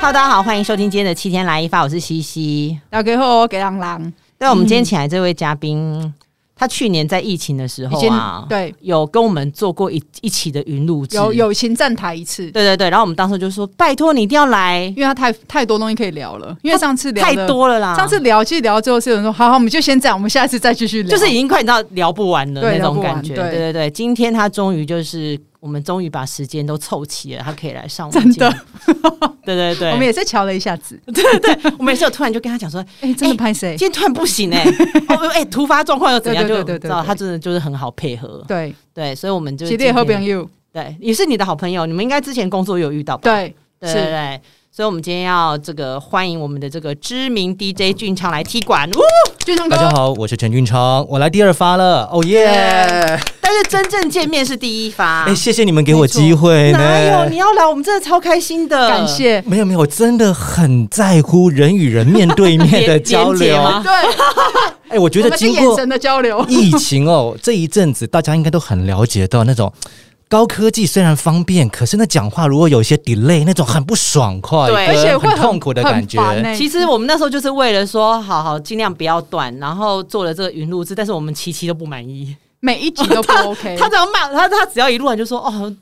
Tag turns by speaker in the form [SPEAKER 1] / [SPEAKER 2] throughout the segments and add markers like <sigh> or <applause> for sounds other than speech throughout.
[SPEAKER 1] Hello，大家好，欢迎收听今天的七天来一发，我是西西。
[SPEAKER 2] 大家好，给朗朗
[SPEAKER 1] 对，我们今天请来这位嘉宾，他去年在疫情的时
[SPEAKER 2] 已
[SPEAKER 1] 候
[SPEAKER 2] 经
[SPEAKER 1] 啊，
[SPEAKER 2] 对
[SPEAKER 1] 有跟我们做过一一起的云录制，
[SPEAKER 2] 有，友情站台一次，
[SPEAKER 1] 对对对。然后我们当时就说，拜托你一定要来，
[SPEAKER 2] 因为他太太多东西可以聊了，因为上次聊
[SPEAKER 1] 哦太
[SPEAKER 2] 的，
[SPEAKER 1] 多啊了啦。
[SPEAKER 2] 上次聊其实聊到最后是有人说，好好，我们就先这样，我们下次再继续聊，
[SPEAKER 1] 就是已经快你知道聊不完的
[SPEAKER 2] 对
[SPEAKER 1] 那
[SPEAKER 2] 聊
[SPEAKER 1] 种
[SPEAKER 2] 不完
[SPEAKER 1] 感觉，
[SPEAKER 2] 对
[SPEAKER 1] 对对对。今天他终于就是我们终于把时间都凑齐了，他可以来上我们
[SPEAKER 2] 真的
[SPEAKER 1] 节
[SPEAKER 2] <laughs>
[SPEAKER 1] 目，对对对。
[SPEAKER 2] 我
[SPEAKER 1] <laughs>
[SPEAKER 2] 们也是瞧了一下子，
[SPEAKER 1] 我们也是有突然就跟他
[SPEAKER 2] <laughs>
[SPEAKER 1] 讲说，
[SPEAKER 2] 哎，真的拍谁
[SPEAKER 1] 今？天突然不行哎、哦哎、突发状况又怎样？
[SPEAKER 2] 对
[SPEAKER 1] 就
[SPEAKER 2] 对对对
[SPEAKER 1] 知
[SPEAKER 2] 对
[SPEAKER 1] 道
[SPEAKER 2] 对
[SPEAKER 1] 他真的就是很好配合，
[SPEAKER 2] 对，
[SPEAKER 1] 对，所以我们就
[SPEAKER 2] 系列好朋
[SPEAKER 1] 友，
[SPEAKER 2] 友，
[SPEAKER 1] 对，也是你的好朋友，你们应该之前工作有遇到吧？
[SPEAKER 2] 对，
[SPEAKER 1] 对对
[SPEAKER 2] 是
[SPEAKER 1] 对，所以我们今天要这个欢迎我们的这个知名 DJ 俊昌来踢馆，呜！
[SPEAKER 2] 俊聪
[SPEAKER 3] 大家
[SPEAKER 2] 哥，
[SPEAKER 3] 好，我是陈俊昌，我来第二发了，哦耶！
[SPEAKER 2] 耶
[SPEAKER 3] 哎，
[SPEAKER 1] 但是真正见面是第一发，
[SPEAKER 3] 谢谢你们给我机会呢。
[SPEAKER 1] 哪有你要来，我们真的超开心的，
[SPEAKER 2] 感。
[SPEAKER 1] <laughs>
[SPEAKER 2] 谢，
[SPEAKER 3] 没有没有，我真的很在乎人与人面对面的
[SPEAKER 1] 连
[SPEAKER 3] 交
[SPEAKER 1] 连结
[SPEAKER 3] 流。
[SPEAKER 1] 吗
[SPEAKER 2] 对，
[SPEAKER 3] 哎，我觉
[SPEAKER 2] 我
[SPEAKER 3] 得
[SPEAKER 2] 们是
[SPEAKER 3] 经
[SPEAKER 2] 眼
[SPEAKER 3] 过，
[SPEAKER 2] 神的交流
[SPEAKER 3] 疫情哦，这一阵子大家应该都很了解到那种。高科技虽然方便，可是那讲话如果有一些 delay，那种很不爽快，
[SPEAKER 1] 对
[SPEAKER 2] <laughs> 而且
[SPEAKER 3] 跟
[SPEAKER 2] 会
[SPEAKER 3] 很痛苦的感觉。
[SPEAKER 2] 很烦欸
[SPEAKER 1] 其实我们那时候就是为了说，好好尽量不要断，然后做了这个云录制，但是我们琪琪都不满意。
[SPEAKER 2] 每一集都不
[SPEAKER 1] <laughs>
[SPEAKER 2] OK，
[SPEAKER 1] 他只要骂他，他只要一录完就说哦，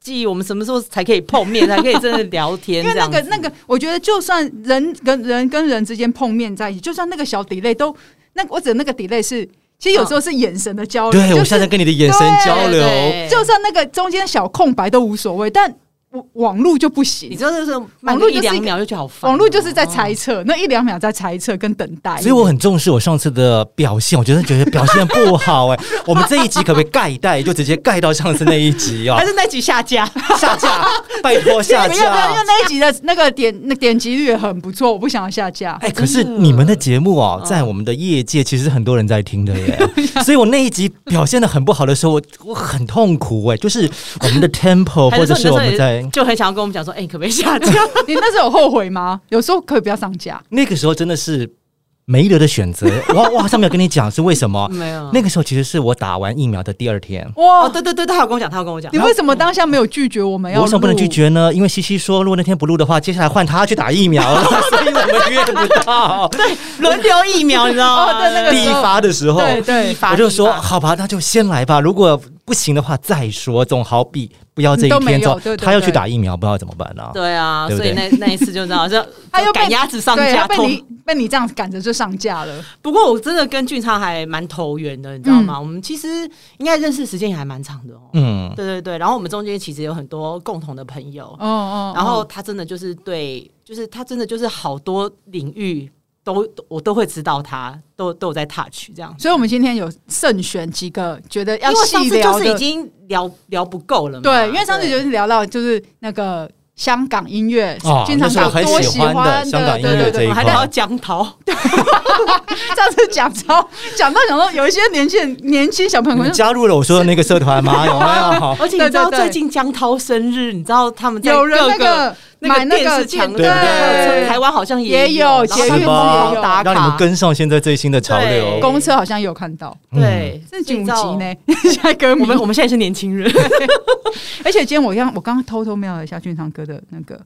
[SPEAKER 1] 记我们什么时候才可以碰面，才可以真的聊天？
[SPEAKER 2] 因为那个
[SPEAKER 1] 这样子
[SPEAKER 2] 那个，我觉得就算人跟人跟人之间碰面在一起，就算那个小 delay 都，那我指的那个 delay 是，其实有时候是眼神的交流，
[SPEAKER 3] 嗯对，
[SPEAKER 2] 就
[SPEAKER 3] 我现在
[SPEAKER 2] 是
[SPEAKER 3] 跟你的眼神交
[SPEAKER 1] 对
[SPEAKER 3] 流，
[SPEAKER 1] 对
[SPEAKER 2] 就算那个中间小空白都无所谓，但网网络就不
[SPEAKER 1] 你
[SPEAKER 2] 行，
[SPEAKER 1] 知道，就是网
[SPEAKER 2] 网
[SPEAKER 1] 络
[SPEAKER 2] 络
[SPEAKER 1] 一
[SPEAKER 2] 就是一个
[SPEAKER 1] 两秒就觉得好烦哦，
[SPEAKER 2] 网络就是在猜测，那一两秒在猜测跟等待，
[SPEAKER 3] 哦所以我很重视我上次的表现，我觉得觉得表现不好哎、我们这一集可不可以盖一带，就直接盖到上次那一集啊
[SPEAKER 1] 还？是那集下架。
[SPEAKER 3] <laughs> 下
[SPEAKER 2] <laughs>
[SPEAKER 3] 架，拜托下
[SPEAKER 2] 没有没有，因为
[SPEAKER 3] 架。
[SPEAKER 2] 那一集的那个点那点击率也很不错，我不想要下架。 <laughs>
[SPEAKER 3] 哎、可是你们的节目哦，
[SPEAKER 2] 嗯
[SPEAKER 3] 在我们的业界其实很多人在听
[SPEAKER 2] <laughs>
[SPEAKER 3] 的耶，所以我那一集表现的很不好的时候，我我很痛苦哎，就是我们的
[SPEAKER 2] <laughs>
[SPEAKER 3] tempo
[SPEAKER 1] 还
[SPEAKER 3] 哦或
[SPEAKER 1] 说
[SPEAKER 3] 者
[SPEAKER 1] 你
[SPEAKER 3] 是
[SPEAKER 1] 那时
[SPEAKER 3] 我
[SPEAKER 1] 候
[SPEAKER 3] 们
[SPEAKER 1] 也
[SPEAKER 3] 在
[SPEAKER 1] 就很想要跟我们讲说，哎，你可不可以下
[SPEAKER 3] <laughs>
[SPEAKER 1] 架？？
[SPEAKER 2] 你那时候有后悔吗？有时候可以不要上架，
[SPEAKER 3] 那个时候真的是没得的选择。我我上面有跟你讲是为什
[SPEAKER 2] <laughs>
[SPEAKER 3] 么
[SPEAKER 2] 嗯
[SPEAKER 1] 没有
[SPEAKER 3] 啊那个时候其实是我打完疫苗的第二天，
[SPEAKER 2] 哇
[SPEAKER 1] 哦，！对对对，他有跟我讲，他有跟我讲
[SPEAKER 2] 你。为什么当下没有拒绝我们要？
[SPEAKER 3] 我为什么不能拒？绝呢？因为西西说，如果那天不录的话，接下来换他去打疫苗
[SPEAKER 1] <laughs>
[SPEAKER 3] 了，所以我们约不到。
[SPEAKER 1] 轮流疫苗，你知道吗？
[SPEAKER 2] 哦对那个
[SPEAKER 3] 第一发的时候，
[SPEAKER 2] 对对
[SPEAKER 1] 一，发
[SPEAKER 3] 我就说
[SPEAKER 1] 一发
[SPEAKER 3] 好吧，那就先来吧。如果不行的话再说，总好比不要这一
[SPEAKER 2] 都没有
[SPEAKER 3] 天之后
[SPEAKER 2] 对对
[SPEAKER 3] 他要去
[SPEAKER 2] 对
[SPEAKER 3] 打疫苗，不知道怎么办呢、啊？
[SPEAKER 1] 对啊，
[SPEAKER 3] 对不
[SPEAKER 1] 所以
[SPEAKER 3] 对
[SPEAKER 1] 那那一次就知道，就
[SPEAKER 2] <laughs> 他又被
[SPEAKER 1] 赶鸭子上
[SPEAKER 2] 对，
[SPEAKER 1] 架，
[SPEAKER 2] 他被
[SPEAKER 1] 痛
[SPEAKER 2] 你被你这样赶着就上架了，
[SPEAKER 1] 不过我真的跟俊昌还蛮投缘的，你知道
[SPEAKER 2] 嗯
[SPEAKER 1] 吗？我们其实应该认识时间也还蛮长的哦。
[SPEAKER 3] 嗯，
[SPEAKER 1] 对对对，然后我们中间其实有很多共同的朋友，
[SPEAKER 2] 哦哦，
[SPEAKER 1] 然后他真的就是对，就是他真的就是好多领域都我都会知道他，都都有在 touch 这样。
[SPEAKER 2] 所以我们今天有慎选几个觉得
[SPEAKER 1] 因
[SPEAKER 2] 要
[SPEAKER 1] 为上
[SPEAKER 2] 细
[SPEAKER 1] 次
[SPEAKER 2] 聊
[SPEAKER 1] 就是已
[SPEAKER 2] 的，
[SPEAKER 1] 经聊聊不够了嘛，
[SPEAKER 2] 对，因为上次
[SPEAKER 1] 对
[SPEAKER 2] 就是聊到就是那个香港音乐
[SPEAKER 3] 哦，
[SPEAKER 2] 经常
[SPEAKER 3] 那是我很
[SPEAKER 2] 多
[SPEAKER 3] 喜欢的
[SPEAKER 2] 欢
[SPEAKER 3] 香港音
[SPEAKER 2] 对
[SPEAKER 3] 乐
[SPEAKER 2] 对
[SPEAKER 3] 这一
[SPEAKER 2] 对，
[SPEAKER 1] 我还聊到江涛， <laughs>
[SPEAKER 2] 上次讲超讲到讲到有一些年轻人年轻小朋
[SPEAKER 3] 你
[SPEAKER 2] 友
[SPEAKER 3] 们
[SPEAKER 2] 就
[SPEAKER 3] 加入了我说的那个社团
[SPEAKER 2] <laughs>
[SPEAKER 3] 吗？有没有？
[SPEAKER 1] 而且你知道
[SPEAKER 2] 对对
[SPEAKER 1] 最
[SPEAKER 2] 对
[SPEAKER 1] 近江涛生日，你知道他们在
[SPEAKER 2] 有人
[SPEAKER 1] 各
[SPEAKER 2] 那个买那
[SPEAKER 1] 电视
[SPEAKER 2] 个
[SPEAKER 1] 墙
[SPEAKER 2] 电
[SPEAKER 1] 的
[SPEAKER 3] 对不
[SPEAKER 2] 对
[SPEAKER 1] 台湾好像
[SPEAKER 2] 也
[SPEAKER 1] 有，
[SPEAKER 2] 有
[SPEAKER 1] 然后
[SPEAKER 2] 捷
[SPEAKER 1] 他们
[SPEAKER 2] 运
[SPEAKER 3] 是
[SPEAKER 2] 也
[SPEAKER 1] 疯
[SPEAKER 3] 吧
[SPEAKER 2] 有
[SPEAKER 1] 狂打卡，
[SPEAKER 3] 让你们跟上现在最新的潮流。
[SPEAKER 1] 对
[SPEAKER 2] 公车好像也有看到，
[SPEAKER 3] 嗯
[SPEAKER 1] 对，
[SPEAKER 2] 这紧
[SPEAKER 1] 所以你
[SPEAKER 2] 急
[SPEAKER 1] 知道。
[SPEAKER 2] 呢，现在歌迷
[SPEAKER 1] 我们我 <laughs> 们现在是年轻人，
[SPEAKER 2] <laughs> 而且今天我刚我刚刚偷偷瞄了一下俊昌哥的那个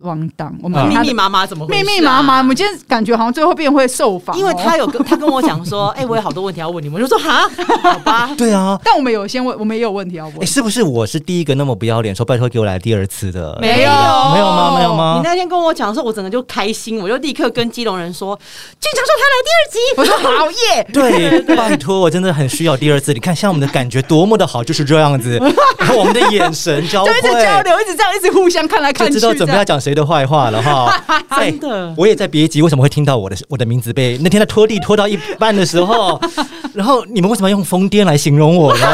[SPEAKER 2] 网档，我们
[SPEAKER 3] 啊
[SPEAKER 1] <laughs>
[SPEAKER 2] 给
[SPEAKER 1] 密
[SPEAKER 2] 他的
[SPEAKER 1] 密麻麻怎么回事
[SPEAKER 2] 密
[SPEAKER 1] 啊
[SPEAKER 2] 密麻麻，我们今天感觉好像最后变会受访哦，
[SPEAKER 1] 因为他有跟他跟我讲 <laughs> 说，哎、我有好多问题要问你们，我就说哈，好 <laughs> 吧，
[SPEAKER 3] 对啊，
[SPEAKER 2] 但我们有先问，我们也有问题要问
[SPEAKER 3] 哎，。是不是我是第一个那么不要脸说拜托给我来第二次的？
[SPEAKER 1] 没有
[SPEAKER 3] 没有吗？没有
[SPEAKER 1] 你
[SPEAKER 3] 吗？
[SPEAKER 1] 那天跟我讲的时候，我整个就开心，我就立刻跟基隆人说，俊强说他来第二集，我说好耶，
[SPEAKER 2] <laughs>
[SPEAKER 3] 对，拜托，我真的很需要第二次。你看，像我们的感觉多么的好，就是这
[SPEAKER 2] <laughs>
[SPEAKER 3] 样子，然后我们的眼神交
[SPEAKER 2] 就
[SPEAKER 3] 汇，
[SPEAKER 2] 一直交流，一直这样，一直互相看来
[SPEAKER 3] 就
[SPEAKER 2] 看去，
[SPEAKER 3] 知道准备要讲谁的坏话了
[SPEAKER 2] <laughs>
[SPEAKER 3] 哈。哎
[SPEAKER 1] 真的
[SPEAKER 3] 我也在别急，为什么会听到我的我的名字被那天在拖地拖到一半的
[SPEAKER 2] <laughs>
[SPEAKER 3] 时候，然后你们为什么要用疯癫来形容我呢？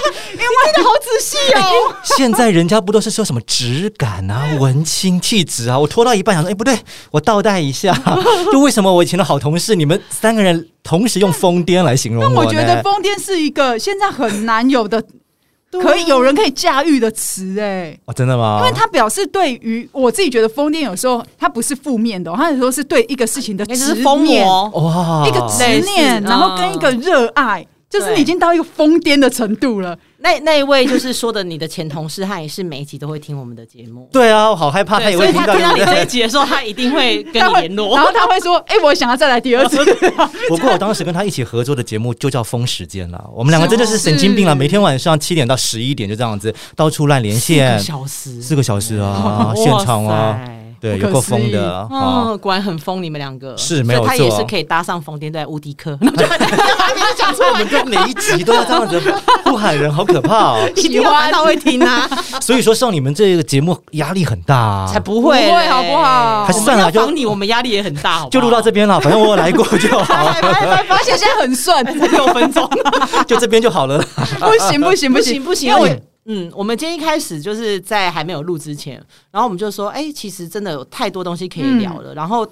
[SPEAKER 2] 真的好仔细哦。
[SPEAKER 1] 哎
[SPEAKER 3] 现在人家不都是说什么质感啊、文青气质啊？我拖到一半想说，哎、不对，我倒带
[SPEAKER 2] <laughs>
[SPEAKER 3] 一下。就为什么我以前的好同事，你们三个人同时用疯癫来形容
[SPEAKER 2] 但
[SPEAKER 3] 我
[SPEAKER 2] 我
[SPEAKER 3] 呢？
[SPEAKER 2] 觉得疯癫是一个现在很难有的，
[SPEAKER 1] 对啊
[SPEAKER 2] 可以有人可以驾驭的词哎。
[SPEAKER 3] 哦，真的
[SPEAKER 2] 因
[SPEAKER 3] 吗
[SPEAKER 2] 为？它表示对于我自己觉得疯癫有时候它不是负面的、哦，它有时候是对一个事情的
[SPEAKER 1] 那就
[SPEAKER 2] 执
[SPEAKER 1] 哎是疯
[SPEAKER 2] 念，
[SPEAKER 1] 魔，哦
[SPEAKER 3] 哇，
[SPEAKER 2] 一个执
[SPEAKER 1] 类似
[SPEAKER 2] 念，然
[SPEAKER 1] 嗯
[SPEAKER 2] 后跟一个热爱，就是
[SPEAKER 1] 对
[SPEAKER 2] 你已经到一个疯癫的程度了。
[SPEAKER 1] 那那一位就是说的你的前同事，他也是每一集都会听我们的节目，
[SPEAKER 3] 对啊，我好害怕，他也
[SPEAKER 1] 所
[SPEAKER 3] 会
[SPEAKER 1] 以
[SPEAKER 3] 听
[SPEAKER 1] 他
[SPEAKER 3] 到。
[SPEAKER 1] 听到你
[SPEAKER 3] 对不
[SPEAKER 1] 这
[SPEAKER 3] 对
[SPEAKER 1] 一集的时候，他一定会跟
[SPEAKER 2] 他
[SPEAKER 1] 你
[SPEAKER 2] 会，
[SPEAKER 1] 联络
[SPEAKER 2] 然。后他会
[SPEAKER 1] <laughs>
[SPEAKER 2] 说：“哎、我想要再来第二次。
[SPEAKER 3] 不过我当时跟他一起合作的节目就叫《风时间》啦，我们两个真的是神经病了，
[SPEAKER 2] 是
[SPEAKER 3] 每天晚上七点到十一点就这样子到处乱连
[SPEAKER 1] 四
[SPEAKER 3] 线
[SPEAKER 1] 个，小时，
[SPEAKER 3] 四个小时啊
[SPEAKER 1] 哇，塞
[SPEAKER 3] 现场啊，。对，
[SPEAKER 2] 不可
[SPEAKER 3] 有够疯
[SPEAKER 2] 思议
[SPEAKER 3] 的啊。啊
[SPEAKER 1] 嗯，果然很疯，你们两个
[SPEAKER 3] 是没有
[SPEAKER 1] 所以他也
[SPEAKER 3] 错
[SPEAKER 1] 是可以搭上疯癫对无敌客， <laughs>
[SPEAKER 3] 讲说我们跟每一集都要这样子不喊人，好可怕
[SPEAKER 1] <laughs>
[SPEAKER 3] 哦！
[SPEAKER 1] 一定要玩到会听啊，
[SPEAKER 3] 所以说，像你们这个节目压力很大啊，
[SPEAKER 1] 才不会嘞，
[SPEAKER 2] 不会好不好
[SPEAKER 3] 还是算了
[SPEAKER 1] 我们要
[SPEAKER 3] 就
[SPEAKER 1] 防你，我们压力也很大，好不好
[SPEAKER 3] 就录到这，边了，反正我有来过就
[SPEAKER 1] <laughs>
[SPEAKER 3] 好，
[SPEAKER 2] <laughs> 而且现在很顺，
[SPEAKER 1] 才六分钟，
[SPEAKER 3] 就这边就好了啦。
[SPEAKER 2] 不行不行
[SPEAKER 1] 不
[SPEAKER 2] 行
[SPEAKER 1] 行不行，
[SPEAKER 2] 因
[SPEAKER 1] 因
[SPEAKER 2] 为
[SPEAKER 1] 为我。嗯，我们今天一开始就是在还没有录之前，然后我们就说，哎、其实真的有太多东西可以聊了。然后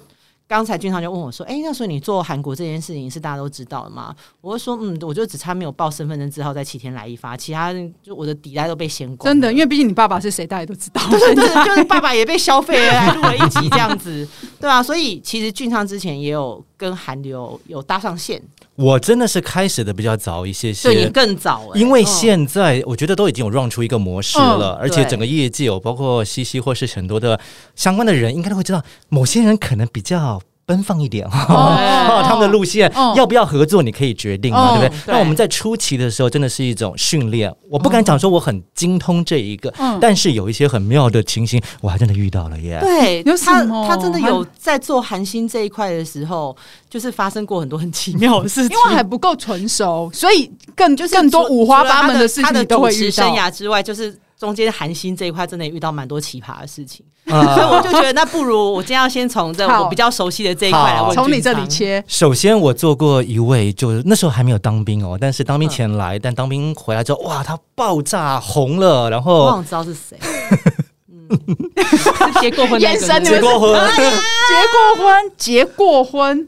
[SPEAKER 1] 刚才俊昌就问我说，哎、那所以你做韩国这件事情是大家都知道了吗？我就说，嗯，我就只差没有报身份证字号在七天来一发，其他就我的底带都被掀光了。
[SPEAKER 2] 真的，因为毕竟你爸爸是谁，大家都知道。
[SPEAKER 1] <laughs> 对对，就是爸爸也被消费了，还录了一集这样 <laughs> 子，对啊，所以其实俊昌之前也有跟韩流有搭上线，
[SPEAKER 3] 我真的是开始的比较早一些些，
[SPEAKER 1] 对你更早、欸，
[SPEAKER 3] 因为
[SPEAKER 1] 嗯
[SPEAKER 3] 现在我觉得都已经有 run 出一个模式了，
[SPEAKER 1] 嗯
[SPEAKER 3] 而且
[SPEAKER 1] 对
[SPEAKER 3] 整个业界有包括西西或是很多的相关的人，应该都会知道，某些人可能比较。奔放一点 <laughs> 哈、
[SPEAKER 2] 哦
[SPEAKER 3] 他们的路线、
[SPEAKER 2] 哦
[SPEAKER 3] 要不要合作，你可以决定嘛，
[SPEAKER 2] 哦
[SPEAKER 3] 对不对？
[SPEAKER 1] 对
[SPEAKER 3] 那我们在初期的时候，真的是一种训练。我不敢讲说我很精通这一个，
[SPEAKER 2] 嗯
[SPEAKER 3] 但是有一些很妙的情形，我还真的遇到了耶。
[SPEAKER 1] 哦对，
[SPEAKER 2] 有
[SPEAKER 1] 他
[SPEAKER 2] 什么
[SPEAKER 1] 他真的有在做韩星这一块的时候，就是发生过很多很奇妙的事情
[SPEAKER 2] 因。
[SPEAKER 1] <laughs>
[SPEAKER 2] 为还不够成熟，所以更就是
[SPEAKER 1] 就是
[SPEAKER 2] 更多
[SPEAKER 1] 除
[SPEAKER 2] 五花
[SPEAKER 1] 除了
[SPEAKER 2] 八
[SPEAKER 1] 他
[SPEAKER 2] 门
[SPEAKER 1] 的
[SPEAKER 2] 事
[SPEAKER 1] 他
[SPEAKER 2] 情
[SPEAKER 1] 的
[SPEAKER 2] 你都会
[SPEAKER 1] 主持
[SPEAKER 2] 遇
[SPEAKER 1] 生
[SPEAKER 2] 到。
[SPEAKER 1] 涯之外，就是中间韩星这一块真的也遇到蛮多奇葩的事情，所以
[SPEAKER 3] 啊
[SPEAKER 1] 我就觉得那不如我今天要先从这
[SPEAKER 2] 好
[SPEAKER 1] 我比较熟悉的这一块来问
[SPEAKER 2] 从你
[SPEAKER 1] 俊
[SPEAKER 2] 这
[SPEAKER 1] 昌
[SPEAKER 2] 里。
[SPEAKER 1] <laughs>
[SPEAKER 2] 切，
[SPEAKER 3] 首先，我做过一位，就是那时候还没有当兵哦，但是当兵前来，但当兵回来之后，哇，他爆炸红了，然
[SPEAKER 1] 我
[SPEAKER 3] 后
[SPEAKER 1] 想知道是 <laughs> 谁。嗯，是结过婚那个
[SPEAKER 2] 眼神你
[SPEAKER 1] 对
[SPEAKER 2] 们
[SPEAKER 3] 结过婚，
[SPEAKER 2] 结过婚，结过婚，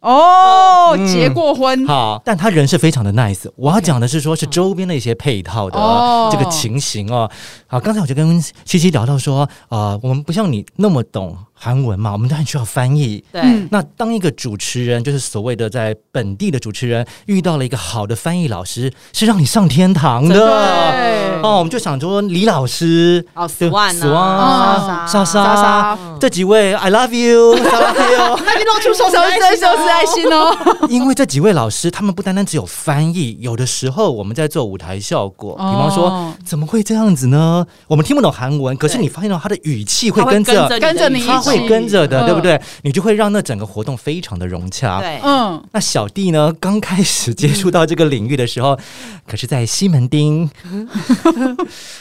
[SPEAKER 2] 哦，
[SPEAKER 3] 嗯
[SPEAKER 2] 结过婚，
[SPEAKER 3] 好，但他人是非常的 nice。我要讲的是说，是周边的一些配套的
[SPEAKER 2] 哦
[SPEAKER 3] 这个情形哦。好，刚才我就跟西西聊到说，呃，我们不像你那么懂韩文嘛，我们都很需要翻译。
[SPEAKER 2] 嗯
[SPEAKER 3] 那当一个主持人，就是所谓的在本地的主持人，遇到了一个好的翻译老师，是让你上天堂
[SPEAKER 1] 真
[SPEAKER 3] 的
[SPEAKER 1] 的。
[SPEAKER 2] 对，
[SPEAKER 3] 哦，我们就想说李老师，
[SPEAKER 1] 哦，
[SPEAKER 3] 对
[SPEAKER 1] 十万
[SPEAKER 3] 死
[SPEAKER 1] 啊，
[SPEAKER 3] 啊，莎
[SPEAKER 1] 莎
[SPEAKER 2] 莎
[SPEAKER 3] 莎
[SPEAKER 2] 莎
[SPEAKER 3] 这几位，I love you，莎拉 you。
[SPEAKER 1] 那你露出手
[SPEAKER 2] 手
[SPEAKER 1] 指爱
[SPEAKER 2] 指
[SPEAKER 1] 心
[SPEAKER 2] 手指爱心哦，
[SPEAKER 3] <laughs> 因为这几位老师，他们不单单只有翻译，有的时候我们在做舞台效果，比方说
[SPEAKER 2] 哦，
[SPEAKER 3] 怎么会这样子呢？我们听不懂韩文，可是
[SPEAKER 1] 对
[SPEAKER 3] 你发现到他的语气会
[SPEAKER 1] 他
[SPEAKER 3] 跟着，
[SPEAKER 1] 着
[SPEAKER 2] 跟着你一起
[SPEAKER 3] 他会跟着的，
[SPEAKER 2] 嗯
[SPEAKER 3] 对不对？你就会让那整个活动非常的融洽。
[SPEAKER 1] 对，
[SPEAKER 2] 嗯，
[SPEAKER 3] 那小弟呢，刚开始接触到这个领域的时候，
[SPEAKER 2] 嗯
[SPEAKER 3] 可是在西
[SPEAKER 2] <laughs>
[SPEAKER 3] 门町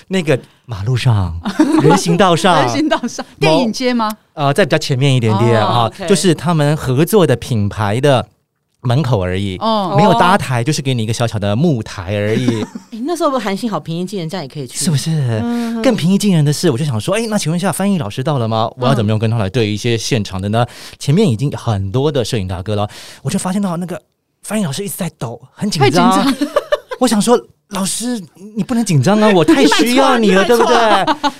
[SPEAKER 3] 那个马路上、人行道上
[SPEAKER 2] 人、行道上，电影街吗？
[SPEAKER 3] 呃，在比较前面一点点
[SPEAKER 1] 哦
[SPEAKER 3] 啊，
[SPEAKER 1] OK
[SPEAKER 3] 就是他们合作的品牌的门口而已，
[SPEAKER 2] 哦
[SPEAKER 3] 没有搭台，就是给你一个小小的木台而
[SPEAKER 2] <laughs>
[SPEAKER 3] 已，
[SPEAKER 1] 诶哎那时候不韩星好平易近人，这样也可以去，
[SPEAKER 3] 是不是？
[SPEAKER 2] 嗯
[SPEAKER 3] 更平易近人的是，我就想说，哎，那请问一下，翻译老师到了吗？
[SPEAKER 2] 嗯
[SPEAKER 3] 我要怎么样跟他来对一些现场的呢？前面已经很多的摄影大哥了，我就发现到那个翻译老师一直在抖，很紧
[SPEAKER 2] 太紧
[SPEAKER 3] 张。
[SPEAKER 2] 张
[SPEAKER 3] 我想说，老师，你不能紧张啊，我太
[SPEAKER 2] <laughs>
[SPEAKER 3] 需要你了，对不对？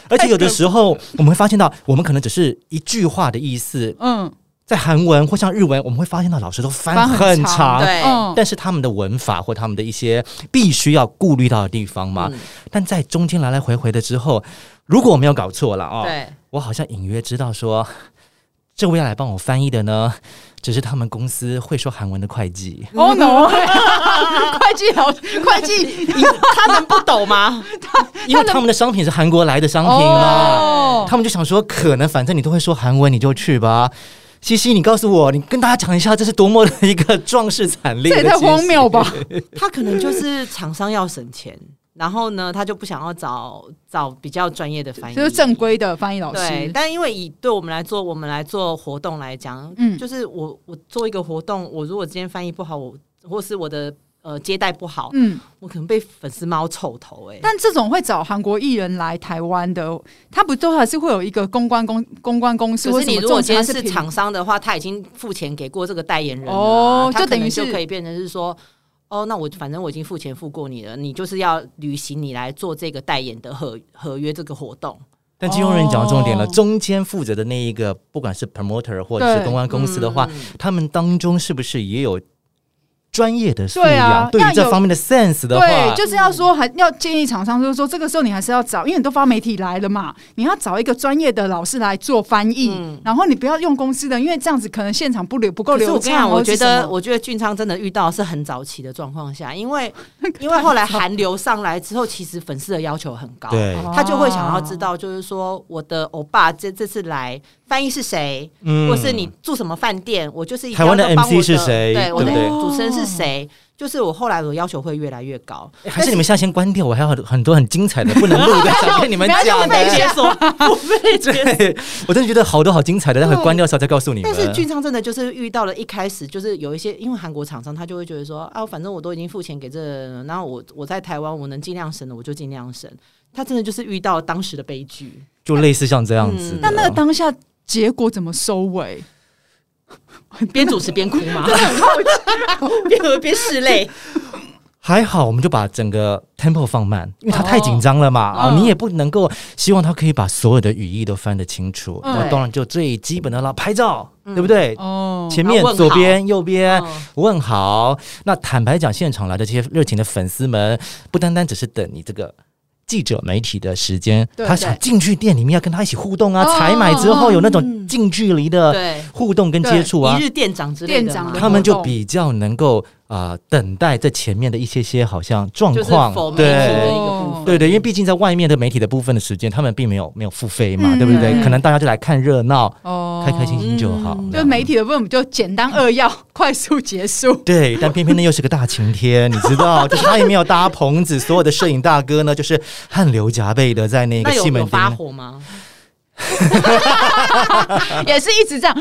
[SPEAKER 3] 而且有的时候我们会发现到，我们可能只是一句话的意思，
[SPEAKER 2] 嗯，
[SPEAKER 3] 在韩文或像日文，我们会发现到老师都翻
[SPEAKER 2] 翻
[SPEAKER 3] 很
[SPEAKER 2] 很
[SPEAKER 3] 长，
[SPEAKER 2] 长
[SPEAKER 1] 对
[SPEAKER 2] 嗯，
[SPEAKER 3] 但是他们的文法或他们的一些必须要顾虑到的地方嘛。
[SPEAKER 1] 嗯
[SPEAKER 3] 但在中间来来回回的之后，如果我没有搞错了哦，
[SPEAKER 1] 对，
[SPEAKER 3] 我好像隐约知道说， <laughs> 这位要来帮我翻译的呢，只是他们公司会说韩文的
[SPEAKER 2] <laughs>
[SPEAKER 3] 会计。
[SPEAKER 2] <laughs> 哦 no，会计老会计
[SPEAKER 1] 他能不懂吗？
[SPEAKER 3] 因为他们的商品是韩国来的商品嘛，
[SPEAKER 2] 哦，
[SPEAKER 3] 他们就想说，可能反正你都会说韩文，你就去吧。西西，你告诉我，你跟大家讲一下，这是多么的一个壮士惨烈
[SPEAKER 2] 这
[SPEAKER 3] 的
[SPEAKER 2] 也
[SPEAKER 3] 情形，
[SPEAKER 2] 太荒谬吧！
[SPEAKER 1] <laughs> 他可能就是厂商要省钱，然后呢，他就不想要找找比较专业的翻译，
[SPEAKER 2] <laughs> 就是正。规的翻译老
[SPEAKER 1] 对
[SPEAKER 2] 师，，
[SPEAKER 1] 但因为以对我们来做，我们来做活动来讲，
[SPEAKER 2] 嗯
[SPEAKER 1] 嗯，就是我我做一个活动，我如果今天翻译不好，我或是我的呃接待不好，
[SPEAKER 2] 嗯，
[SPEAKER 1] 我可能被粉丝猫臭头哎、欸。
[SPEAKER 2] 但这种会找韩国艺人来台湾的，嗯他不都还是会有一个公关公公关公司
[SPEAKER 1] 可
[SPEAKER 2] 或
[SPEAKER 1] 是
[SPEAKER 2] 什
[SPEAKER 1] 你
[SPEAKER 2] 么这
[SPEAKER 1] 如
[SPEAKER 2] 种？
[SPEAKER 1] 果今天
[SPEAKER 2] 它
[SPEAKER 1] 是
[SPEAKER 2] 品
[SPEAKER 1] 厂商的话，他已经付钱给过这个代言人了啊
[SPEAKER 2] 哦
[SPEAKER 1] 他
[SPEAKER 2] 就
[SPEAKER 1] 可
[SPEAKER 2] 等于
[SPEAKER 1] 能
[SPEAKER 2] 是
[SPEAKER 1] 就可以变成是说。哦，那我反正我已经付钱付过你了，你就是要履行你来做这个代言的合合约这个活动。
[SPEAKER 3] 但金融人讲到重点了，
[SPEAKER 2] 哦
[SPEAKER 3] 中间负责的那一个，不管是 promoter 或者
[SPEAKER 2] 对嗯
[SPEAKER 3] 是公关公司的话，他们当中是不是也有专业的素
[SPEAKER 2] 对啊
[SPEAKER 3] 养，对
[SPEAKER 2] 要
[SPEAKER 3] 于这
[SPEAKER 2] 有
[SPEAKER 3] 方面的 sense
[SPEAKER 2] 对，
[SPEAKER 3] 的话，
[SPEAKER 2] 就是要说还要建议厂商，就是说这个时候你还是要找，因为你都发媒体来了嘛，你要找一个专业的老师来做翻译，
[SPEAKER 1] 嗯
[SPEAKER 2] 然后你不要用公司的，因为这样子可能现场不流不够
[SPEAKER 1] 可是
[SPEAKER 2] 流
[SPEAKER 1] 我跟你
[SPEAKER 2] 畅。啊
[SPEAKER 1] 讲，我觉
[SPEAKER 2] 或者是什
[SPEAKER 1] 得，
[SPEAKER 2] 么
[SPEAKER 1] 我觉得俊昌真的遇到是很早期的状况下，因
[SPEAKER 2] <laughs>
[SPEAKER 1] 为因为后来韩流上来之后，其实粉丝的要求很高，
[SPEAKER 3] 对，
[SPEAKER 2] 哦
[SPEAKER 1] 他就会想要知道，就是说我的欧巴这这次来翻译是谁，
[SPEAKER 3] 嗯
[SPEAKER 1] 或是你住什么饭店，我就是一定
[SPEAKER 3] 台湾的
[SPEAKER 1] 要帮我
[SPEAKER 3] MC 是谁
[SPEAKER 1] 对，我的
[SPEAKER 2] 对不对
[SPEAKER 1] 主持人是谁，就是我后来我要求会越来越高，
[SPEAKER 3] 还是你们现在先关掉，我还有很很多很精彩的不能录
[SPEAKER 2] <laughs>
[SPEAKER 3] 的，想跟你们
[SPEAKER 2] 不要这么
[SPEAKER 3] 讲
[SPEAKER 1] 被
[SPEAKER 2] 悲
[SPEAKER 1] 解
[SPEAKER 3] 的。
[SPEAKER 2] 伤
[SPEAKER 1] 锁，我被解锁。
[SPEAKER 3] 对，我真的觉得好多好精彩的，待会
[SPEAKER 1] 嗯
[SPEAKER 3] 关掉的时候再告诉你们
[SPEAKER 1] 但。是俊昌真的就是遇到了一开始就是有一些，因为韩国厂商他就会觉得说啊，反正我都已经付钱给这人了，然后我我在台湾我能尽量省的我就尽量省。他真的就是遇到当时的悲剧，
[SPEAKER 3] 就类似像这样子的。
[SPEAKER 2] 嗯那那个当下结果怎么收尾？
[SPEAKER 1] 边主持边哭嘛，边哭边拭泪。
[SPEAKER 3] 还好，我们就把整个 tempo 放慢，因为他太紧张了嘛
[SPEAKER 2] 哦
[SPEAKER 3] 啊、
[SPEAKER 2] 嗯
[SPEAKER 3] 你也不能够希望他可以把所有的语义都翻得清楚。
[SPEAKER 2] 嗯
[SPEAKER 3] 那当然就最基本的啦，拍照，对不对？
[SPEAKER 2] 哦，
[SPEAKER 3] 前
[SPEAKER 1] 嗯啊
[SPEAKER 3] 面
[SPEAKER 1] 问、好
[SPEAKER 3] 左边、右边
[SPEAKER 1] 嗯
[SPEAKER 3] 问好。那坦白讲，现场来的这些热情的粉丝们，不单单只是等你这个。记者媒体的时间，
[SPEAKER 2] 对
[SPEAKER 3] 他想
[SPEAKER 1] 对
[SPEAKER 3] 进去店里面要跟他一起互动啊，
[SPEAKER 2] 哦
[SPEAKER 3] 采买之后有那
[SPEAKER 1] 嗯
[SPEAKER 3] 种近距离的
[SPEAKER 1] 对，
[SPEAKER 3] 互动跟接触啊
[SPEAKER 1] 一，日店长之类的嘛，
[SPEAKER 2] 店长的
[SPEAKER 3] 他们
[SPEAKER 2] 活
[SPEAKER 3] 就
[SPEAKER 2] 动
[SPEAKER 3] 比较能够啊、呃等待这前面的一些些好像状
[SPEAKER 1] 就是
[SPEAKER 3] 况，
[SPEAKER 1] 否媒体的一
[SPEAKER 3] 对。
[SPEAKER 1] 个部分。
[SPEAKER 3] 对对，因为毕竟在外面的媒体的部分的时间，他们并没有没有付费嘛，
[SPEAKER 2] 嗯
[SPEAKER 3] 对不对？
[SPEAKER 1] 嗯
[SPEAKER 3] 可能大家就来看热闹，
[SPEAKER 2] 哦
[SPEAKER 3] 开开心心就好。
[SPEAKER 1] 嗯
[SPEAKER 2] 就
[SPEAKER 3] 这样
[SPEAKER 2] 媒体的部分，我们就简单扼要，快速结束。
[SPEAKER 3] 对，但偏偏那又是个大晴天，你知道，就是他也没有搭棚子，所有的摄影大哥呢，就是汗流浃背的在那个
[SPEAKER 1] 那有
[SPEAKER 3] 西门
[SPEAKER 1] 有
[SPEAKER 3] 町
[SPEAKER 1] 发火吗？
[SPEAKER 3] 啊
[SPEAKER 2] 也是一直这样，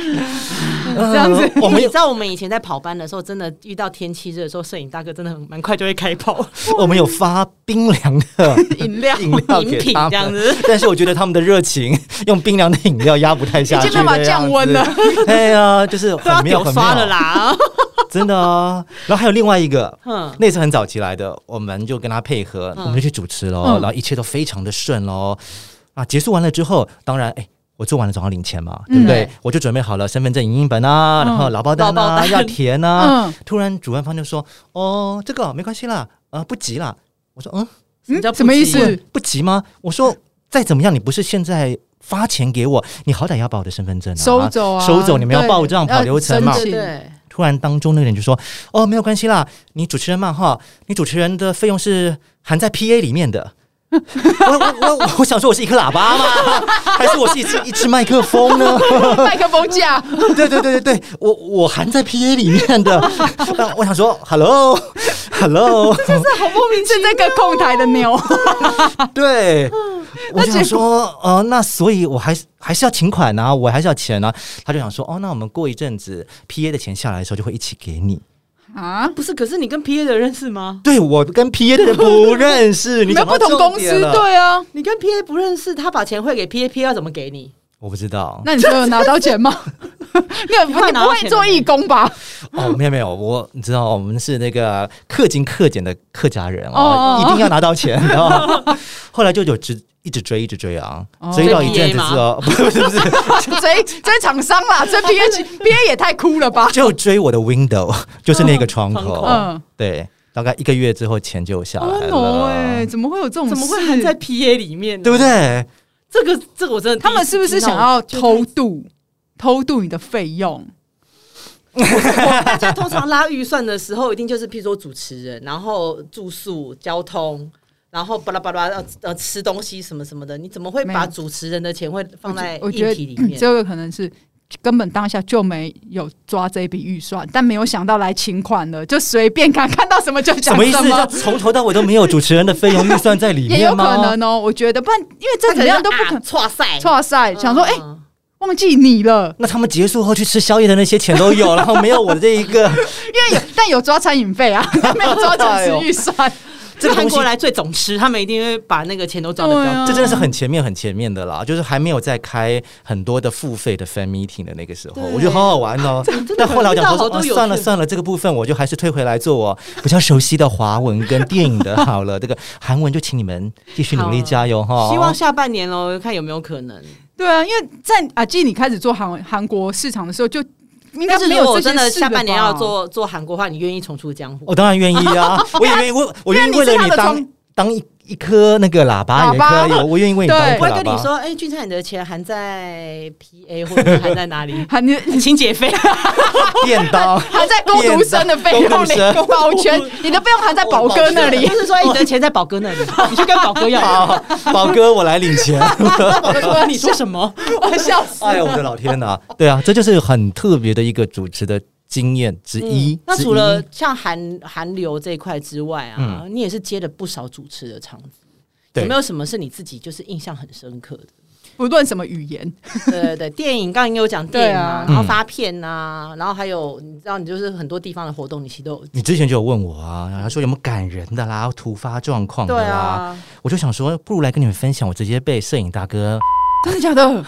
[SPEAKER 3] 这
[SPEAKER 2] 样子
[SPEAKER 3] 我
[SPEAKER 1] 因
[SPEAKER 3] 们
[SPEAKER 1] 为你
[SPEAKER 3] 有
[SPEAKER 1] 知道我们以前在跑班的时候，真的遇到天气热的时候，摄影大哥真的很蛮快就会开跑
[SPEAKER 3] 我们有发冰凉的
[SPEAKER 1] <laughs> 饮料、
[SPEAKER 3] <laughs> 饮料
[SPEAKER 1] 饮
[SPEAKER 3] 给
[SPEAKER 1] 品
[SPEAKER 3] 他
[SPEAKER 1] 这样
[SPEAKER 3] 们，
[SPEAKER 1] 子。
[SPEAKER 3] 但是我觉得他们的热情用冰凉的饮料压不太下去，
[SPEAKER 2] 已经没办法降温了。
[SPEAKER 3] 哎呀，就是
[SPEAKER 1] 都要
[SPEAKER 3] <laughs> 很妙，
[SPEAKER 1] 屌
[SPEAKER 3] 很
[SPEAKER 1] 啊刷了
[SPEAKER 3] 妙，
[SPEAKER 2] 嗯
[SPEAKER 1] 啦。
[SPEAKER 3] 真的啊。然后还有另外一个。
[SPEAKER 1] 哼，
[SPEAKER 3] 那次很早期来的，我们就跟他配合，
[SPEAKER 1] 嗯
[SPEAKER 3] 我们就去主持喽，
[SPEAKER 2] 嗯
[SPEAKER 3] 然后一切都非常的顺喽。啊，结束完了之后，当然，哎，我做完了总要领钱嘛，对不对？
[SPEAKER 1] 嗯
[SPEAKER 3] 我就准备好了身份证、影印本啊，
[SPEAKER 2] 嗯
[SPEAKER 3] 然后劳保单
[SPEAKER 1] 劳保
[SPEAKER 3] 啊，
[SPEAKER 1] 单
[SPEAKER 3] 要填啊。
[SPEAKER 2] 嗯
[SPEAKER 3] 突然主办方就说：“哦，这个没关系啦，啊，不急啦。”我说：“嗯，
[SPEAKER 1] 么叫不
[SPEAKER 2] 什么意
[SPEAKER 1] 急
[SPEAKER 2] 思？
[SPEAKER 3] 不急吗？”我说：“再怎么样，你不是现在。”发钱给我，你好歹要把我的身份证啊
[SPEAKER 2] 收走啊，
[SPEAKER 3] 收走！你们要
[SPEAKER 2] 对
[SPEAKER 3] 报账跑流程嘛
[SPEAKER 2] 要？申请
[SPEAKER 3] 突然当中那个人就说：“哦，没有关系啦，你主持人嘛哈，你主持人的费用是含在 P A 里面的。 <laughs> 我”我我我我想说我是一颗喇叭吗？ <laughs> 还是我是一只一只麦克风呢？ <laughs>
[SPEAKER 2] 麦克风架，
[SPEAKER 3] 对对对对对，我我含在 P A 里面的。 <laughs> 那我想说，Hello <laughs> Hello，
[SPEAKER 2] 好莫名是那个控台的牛，
[SPEAKER 1] 哦
[SPEAKER 2] <laughs>
[SPEAKER 3] 对，我就想说，呃，那所以我还是还是要请款啊，我还是要钱啊。他就想说，哦，那我们过一阵子 P A 的钱下来的时候就会一起给你。
[SPEAKER 2] 啊，
[SPEAKER 1] 不是，可是你跟 P A 的认识吗？
[SPEAKER 3] 对我跟 P A 的人不认识，
[SPEAKER 2] 你 <laughs> 们
[SPEAKER 3] 你讲
[SPEAKER 2] 不
[SPEAKER 3] 到
[SPEAKER 2] 同
[SPEAKER 3] 重
[SPEAKER 2] 公
[SPEAKER 3] 点
[SPEAKER 2] 司，
[SPEAKER 3] 了，
[SPEAKER 2] 对啊，
[SPEAKER 1] 你跟 P A 不认识，他把钱汇给 P A，P A 要怎么给你？
[SPEAKER 3] 我不知道。
[SPEAKER 2] 那你就有拿到钱
[SPEAKER 3] <laughs>
[SPEAKER 2] 吗？你很
[SPEAKER 1] 你
[SPEAKER 2] 不
[SPEAKER 1] 会
[SPEAKER 2] 你
[SPEAKER 1] 拿
[SPEAKER 2] 不
[SPEAKER 1] 到
[SPEAKER 2] 会
[SPEAKER 1] 钱
[SPEAKER 2] 做
[SPEAKER 1] 的吗
[SPEAKER 2] 义工吧？
[SPEAKER 3] 哦，没有没有，我你知道我们是那个氪金氪俭的客家人
[SPEAKER 2] 哦
[SPEAKER 3] 哦，一定要拿到钱。然后 <laughs> 后来就有直一直追一直追啊
[SPEAKER 2] 哦，
[SPEAKER 3] 追到一
[SPEAKER 1] 追 PA
[SPEAKER 3] 阵子之后，不 <laughs> 是不是不是，
[SPEAKER 2] 追追厂商啦，追 B
[SPEAKER 3] <laughs>
[SPEAKER 2] H B A 也太酷了吧？
[SPEAKER 3] 就追我的 window，就是 <laughs> 那个窗
[SPEAKER 1] 窗
[SPEAKER 3] 口
[SPEAKER 1] 口。
[SPEAKER 2] 嗯，
[SPEAKER 3] 对，大概一个月之后钱就下
[SPEAKER 2] 哦
[SPEAKER 3] 来
[SPEAKER 2] no 哎，
[SPEAKER 3] 了，
[SPEAKER 2] 怎么会有这种？
[SPEAKER 1] 怎么会含在？P A 里面呢？
[SPEAKER 3] 对不对？
[SPEAKER 1] 这个这个我真的第一次
[SPEAKER 2] 他们是不是
[SPEAKER 1] 听到
[SPEAKER 2] 想要
[SPEAKER 1] 就
[SPEAKER 2] 偷渡？偷渡你的费用？
[SPEAKER 1] <laughs> 大家通常拉预算的时候，一定就是譬如说主持人，然后住宿、交通，然后巴拉巴拉呃呃吃东西什么什么的，你怎么会
[SPEAKER 2] 没有
[SPEAKER 1] 把主持人的钱会放在
[SPEAKER 2] 我
[SPEAKER 1] 议
[SPEAKER 2] 觉
[SPEAKER 1] 哎题里
[SPEAKER 2] 得嗯
[SPEAKER 1] 面？
[SPEAKER 2] 这个可能是根本当下就没有抓这一笔预算，但没有想到来请款了，就随便看看到什么就
[SPEAKER 3] 什
[SPEAKER 2] 讲
[SPEAKER 3] 么意思？这从头到尾都没有主持人的费用预算在里
[SPEAKER 2] 也有
[SPEAKER 3] 面
[SPEAKER 2] 可
[SPEAKER 3] 吗？
[SPEAKER 2] 能哦。我觉得，不然因为这怎么样都不可能。
[SPEAKER 1] 错赛
[SPEAKER 2] 错赛，想说哎、
[SPEAKER 1] 嗯
[SPEAKER 2] 忘记你了，
[SPEAKER 3] 那他们结束后去吃宵夜的那些钱都有，然后没有我的这一个，
[SPEAKER 2] 因为有但有抓餐饮费啊，但没有抓主持预
[SPEAKER 3] 哎
[SPEAKER 2] 算。
[SPEAKER 3] 这个
[SPEAKER 1] 韩
[SPEAKER 3] 东西
[SPEAKER 1] 国来最总吃，他们一定会把那个钱都赚的比
[SPEAKER 2] 对啊
[SPEAKER 1] 较
[SPEAKER 3] 这真的是很前面很前面的啦，就是还没有在开很多的付费的 fan meeting 的那个时候，
[SPEAKER 1] 对
[SPEAKER 3] 我觉得好好玩哦。但后来我
[SPEAKER 1] 遇
[SPEAKER 3] 讲
[SPEAKER 1] 到
[SPEAKER 3] 说，
[SPEAKER 1] 好多
[SPEAKER 3] 哦
[SPEAKER 1] 有趣
[SPEAKER 3] 算了算了，这个部分我就还是退回来做我比较熟悉的华文跟电影的好了。这个韩文就请你们继续努力加油
[SPEAKER 2] 啊
[SPEAKER 3] 哈。
[SPEAKER 1] 希望下半年喽，看有没有可能。
[SPEAKER 2] 啊对啊，因为在阿基你开始做韩韩国市场的时候，就应该
[SPEAKER 1] 但是
[SPEAKER 2] 没
[SPEAKER 1] 如果
[SPEAKER 2] 有
[SPEAKER 1] 我
[SPEAKER 2] 这
[SPEAKER 1] 真
[SPEAKER 2] 些
[SPEAKER 1] 的
[SPEAKER 2] 事
[SPEAKER 1] 下
[SPEAKER 2] 吧
[SPEAKER 1] 半年要，做做韩国话，你愿意重出江湖？
[SPEAKER 3] 我当然愿意啊，我也愿意为，我愿意为
[SPEAKER 2] 那你
[SPEAKER 3] 了你
[SPEAKER 2] 是他的
[SPEAKER 3] 当
[SPEAKER 2] 窗
[SPEAKER 3] 当一一颗那个喇叭，
[SPEAKER 2] 喇叭
[SPEAKER 3] 也可以，我愿意为你当一
[SPEAKER 1] 我
[SPEAKER 2] 对？
[SPEAKER 3] 颗
[SPEAKER 1] 会
[SPEAKER 3] 喇
[SPEAKER 1] 跟
[SPEAKER 3] 叭
[SPEAKER 1] 你。说，哎、俊灿，你的钱还在 PA 或者是还在哪里 <laughs>
[SPEAKER 2] 还你
[SPEAKER 1] 请解费，
[SPEAKER 3] 便当，
[SPEAKER 2] 还在工读生的费用
[SPEAKER 3] 工读生
[SPEAKER 2] 里，保全你的费用还在宝哥那里
[SPEAKER 1] 就。是说，哎、你的钱在宝哥那 <laughs> 里，你去跟宝哥要。
[SPEAKER 3] <laughs> 好，宝哥，我来领钱。
[SPEAKER 1] 宝哥说你说什么？
[SPEAKER 2] <laughs> 我笑死！
[SPEAKER 3] <laughs> 哎呦，我的老天呐！对啊，这就是很特别的一个主持的经验之一。
[SPEAKER 1] 嗯那
[SPEAKER 3] 之
[SPEAKER 1] 除了
[SPEAKER 3] 一
[SPEAKER 1] 像韩韩流这一块之外啊，你也是接了不少主持的场子，
[SPEAKER 3] 嗯对
[SPEAKER 1] 有没有什么是你自己就是印象很深刻的？
[SPEAKER 2] 不论什么语言，
[SPEAKER 1] 对对
[SPEAKER 3] <laughs>
[SPEAKER 1] 对，电影刚刚也有讲电影啊
[SPEAKER 2] 对啊，
[SPEAKER 1] 然后发片啊，然后还有你知道，你就是很多地方的活动，你其实都有。
[SPEAKER 3] 你之前就有问我啊，然后说有没有感人的啦，突发状况的
[SPEAKER 1] 对
[SPEAKER 3] 啦，
[SPEAKER 1] 啊，
[SPEAKER 3] 我就想说，不如来跟你们分享，我直接被摄影大哥
[SPEAKER 2] 真的假的？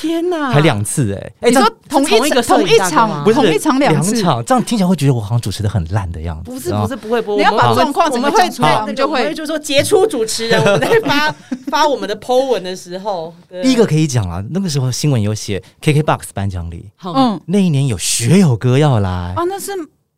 [SPEAKER 1] 天哪，
[SPEAKER 3] 还两次哎、欸，哎、
[SPEAKER 2] 你
[SPEAKER 3] 这
[SPEAKER 2] 说
[SPEAKER 3] 样
[SPEAKER 2] 同
[SPEAKER 1] 是同一
[SPEAKER 2] 一
[SPEAKER 1] 个
[SPEAKER 2] 场
[SPEAKER 1] 摄
[SPEAKER 2] 同
[SPEAKER 1] 影
[SPEAKER 2] 一
[SPEAKER 1] 大哥吗
[SPEAKER 2] 场
[SPEAKER 3] 不是
[SPEAKER 2] 同一场
[SPEAKER 3] 两
[SPEAKER 2] 次，
[SPEAKER 3] 场，这样听起来会觉得我好像主持的很烂的样子。
[SPEAKER 1] 不是
[SPEAKER 3] 然后
[SPEAKER 1] 不是不会播，
[SPEAKER 2] 你要
[SPEAKER 1] 我
[SPEAKER 2] 把
[SPEAKER 1] 们
[SPEAKER 2] 状况
[SPEAKER 1] 我
[SPEAKER 2] 怎
[SPEAKER 1] 们
[SPEAKER 2] 么
[SPEAKER 1] 会
[SPEAKER 2] 讲出来
[SPEAKER 1] 那个
[SPEAKER 2] 我们就
[SPEAKER 1] 我们
[SPEAKER 2] 会
[SPEAKER 1] 会就说杰出主持人，我们在 <laughs> 发发我们的 Po 文的时候，对
[SPEAKER 3] 第一个可以讲啊，那个时候新闻有写 KKBOX 颁奖礼，
[SPEAKER 1] 好
[SPEAKER 2] 嗯
[SPEAKER 3] 那一年有学友哥要来，
[SPEAKER 2] 啊，那是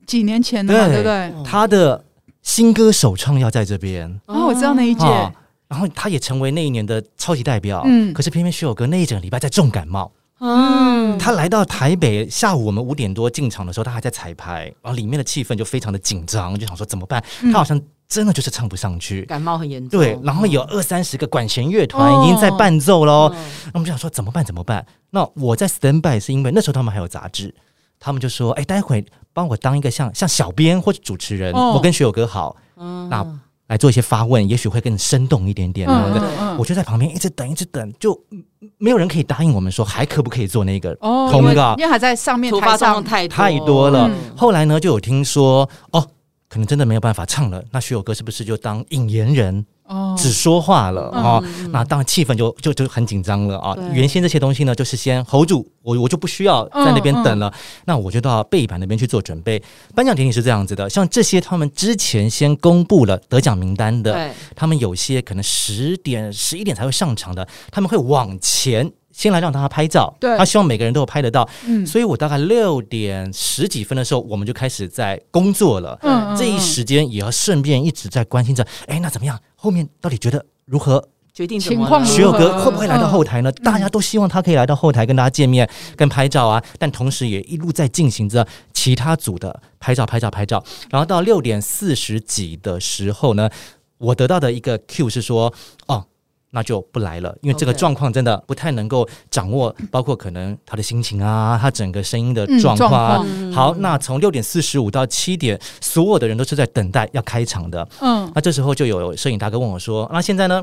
[SPEAKER 2] 几年前的嘛，
[SPEAKER 3] 对
[SPEAKER 2] 对不对？
[SPEAKER 1] 哦
[SPEAKER 3] 他的新歌首唱要在这边，
[SPEAKER 2] 哦，我知道那一届，
[SPEAKER 3] 啊，然后他也成为那一年的超级代表。
[SPEAKER 2] 嗯
[SPEAKER 3] 可是偏偏学友哥那一整个礼拜在重感冒，
[SPEAKER 1] 嗯，
[SPEAKER 3] 他来到台北，下午我们五点多进场的时候，他还在彩排，然后里面的气氛就非常的紧张，就想说怎么办？他好像真的就是唱不上去。
[SPEAKER 1] 感冒很严重，哦
[SPEAKER 3] 对，然后有二三十个管弦乐
[SPEAKER 2] 哦
[SPEAKER 3] 团已经在伴奏喽，
[SPEAKER 1] 嗯
[SPEAKER 3] 那我们就想说怎么办？怎么办？那我在 stand by 是因为那时候他们还有杂志，他们就说：“哎，待会帮我当一个像像小编或者主持人，
[SPEAKER 2] 哦啊
[SPEAKER 3] 我跟学友哥好，
[SPEAKER 1] 嗯
[SPEAKER 3] 那来做一些发问，也许会更生动一点点。
[SPEAKER 2] 嗯
[SPEAKER 3] 对不对
[SPEAKER 2] 嗯嗯
[SPEAKER 3] 我就在旁边一直等，一直等，就嗯没有人可以答应我们说还可不可以做那个
[SPEAKER 2] 哦，因
[SPEAKER 3] 通
[SPEAKER 2] 为哦
[SPEAKER 3] 告
[SPEAKER 2] 因，为还在上面
[SPEAKER 1] 突
[SPEAKER 2] 台
[SPEAKER 1] 发状况
[SPEAKER 2] 上，
[SPEAKER 1] 太
[SPEAKER 3] 太多了。
[SPEAKER 2] 嗯
[SPEAKER 3] 后来呢，就有听说哦，可能真的没有办法唱了，那学友哥是不是就当引言人，
[SPEAKER 2] 哦，
[SPEAKER 3] 只说话了
[SPEAKER 2] 嗯
[SPEAKER 3] 哦？那当然气氛就就就很紧张了啊
[SPEAKER 1] 对。
[SPEAKER 3] 原先这些东西呢，就是先 hold 住，我我就不需要在那边
[SPEAKER 2] 嗯
[SPEAKER 3] 等了，那我就到背板那边去做准备。颁奖典礼是这样子的，像这些他们之前先公布了得奖名单的，
[SPEAKER 1] 对，
[SPEAKER 3] 他们有些可能十点、十一点才会上场的，他们会往前先来让大家拍照，
[SPEAKER 2] 对
[SPEAKER 3] 他希望每个人都有拍得到。
[SPEAKER 2] 嗯
[SPEAKER 3] 所以我大概六点十几分的时候，我们就开始在工作了。
[SPEAKER 2] 嗯嗯
[SPEAKER 3] 这一时间也要顺便一直在关心着，哎，那怎么样？后面到底觉得如何？
[SPEAKER 1] 决定怎么
[SPEAKER 2] 情况
[SPEAKER 1] 了
[SPEAKER 2] 如何嗯
[SPEAKER 3] 学友哥会不会来到后台呢？大家都希望他可以来到后台跟大家见面、跟拍照啊，但同时也一路在进行着其他组的拍照、拍照、拍照。然后到六点四十几的时候呢，我得到的一个 Q 是说，哦。那就不来了，因为这个
[SPEAKER 1] OK
[SPEAKER 3] 状况真的不太能够掌握，包括可能他的心情啊，他整个声音的
[SPEAKER 2] 嗯
[SPEAKER 3] 状况啊。
[SPEAKER 2] 状
[SPEAKER 1] 况
[SPEAKER 3] 好，那从六点四十五到七点，所有的人都是在等待要开场的。
[SPEAKER 2] 嗯
[SPEAKER 3] 那这时候就有摄影大哥问我说：“那现在呢？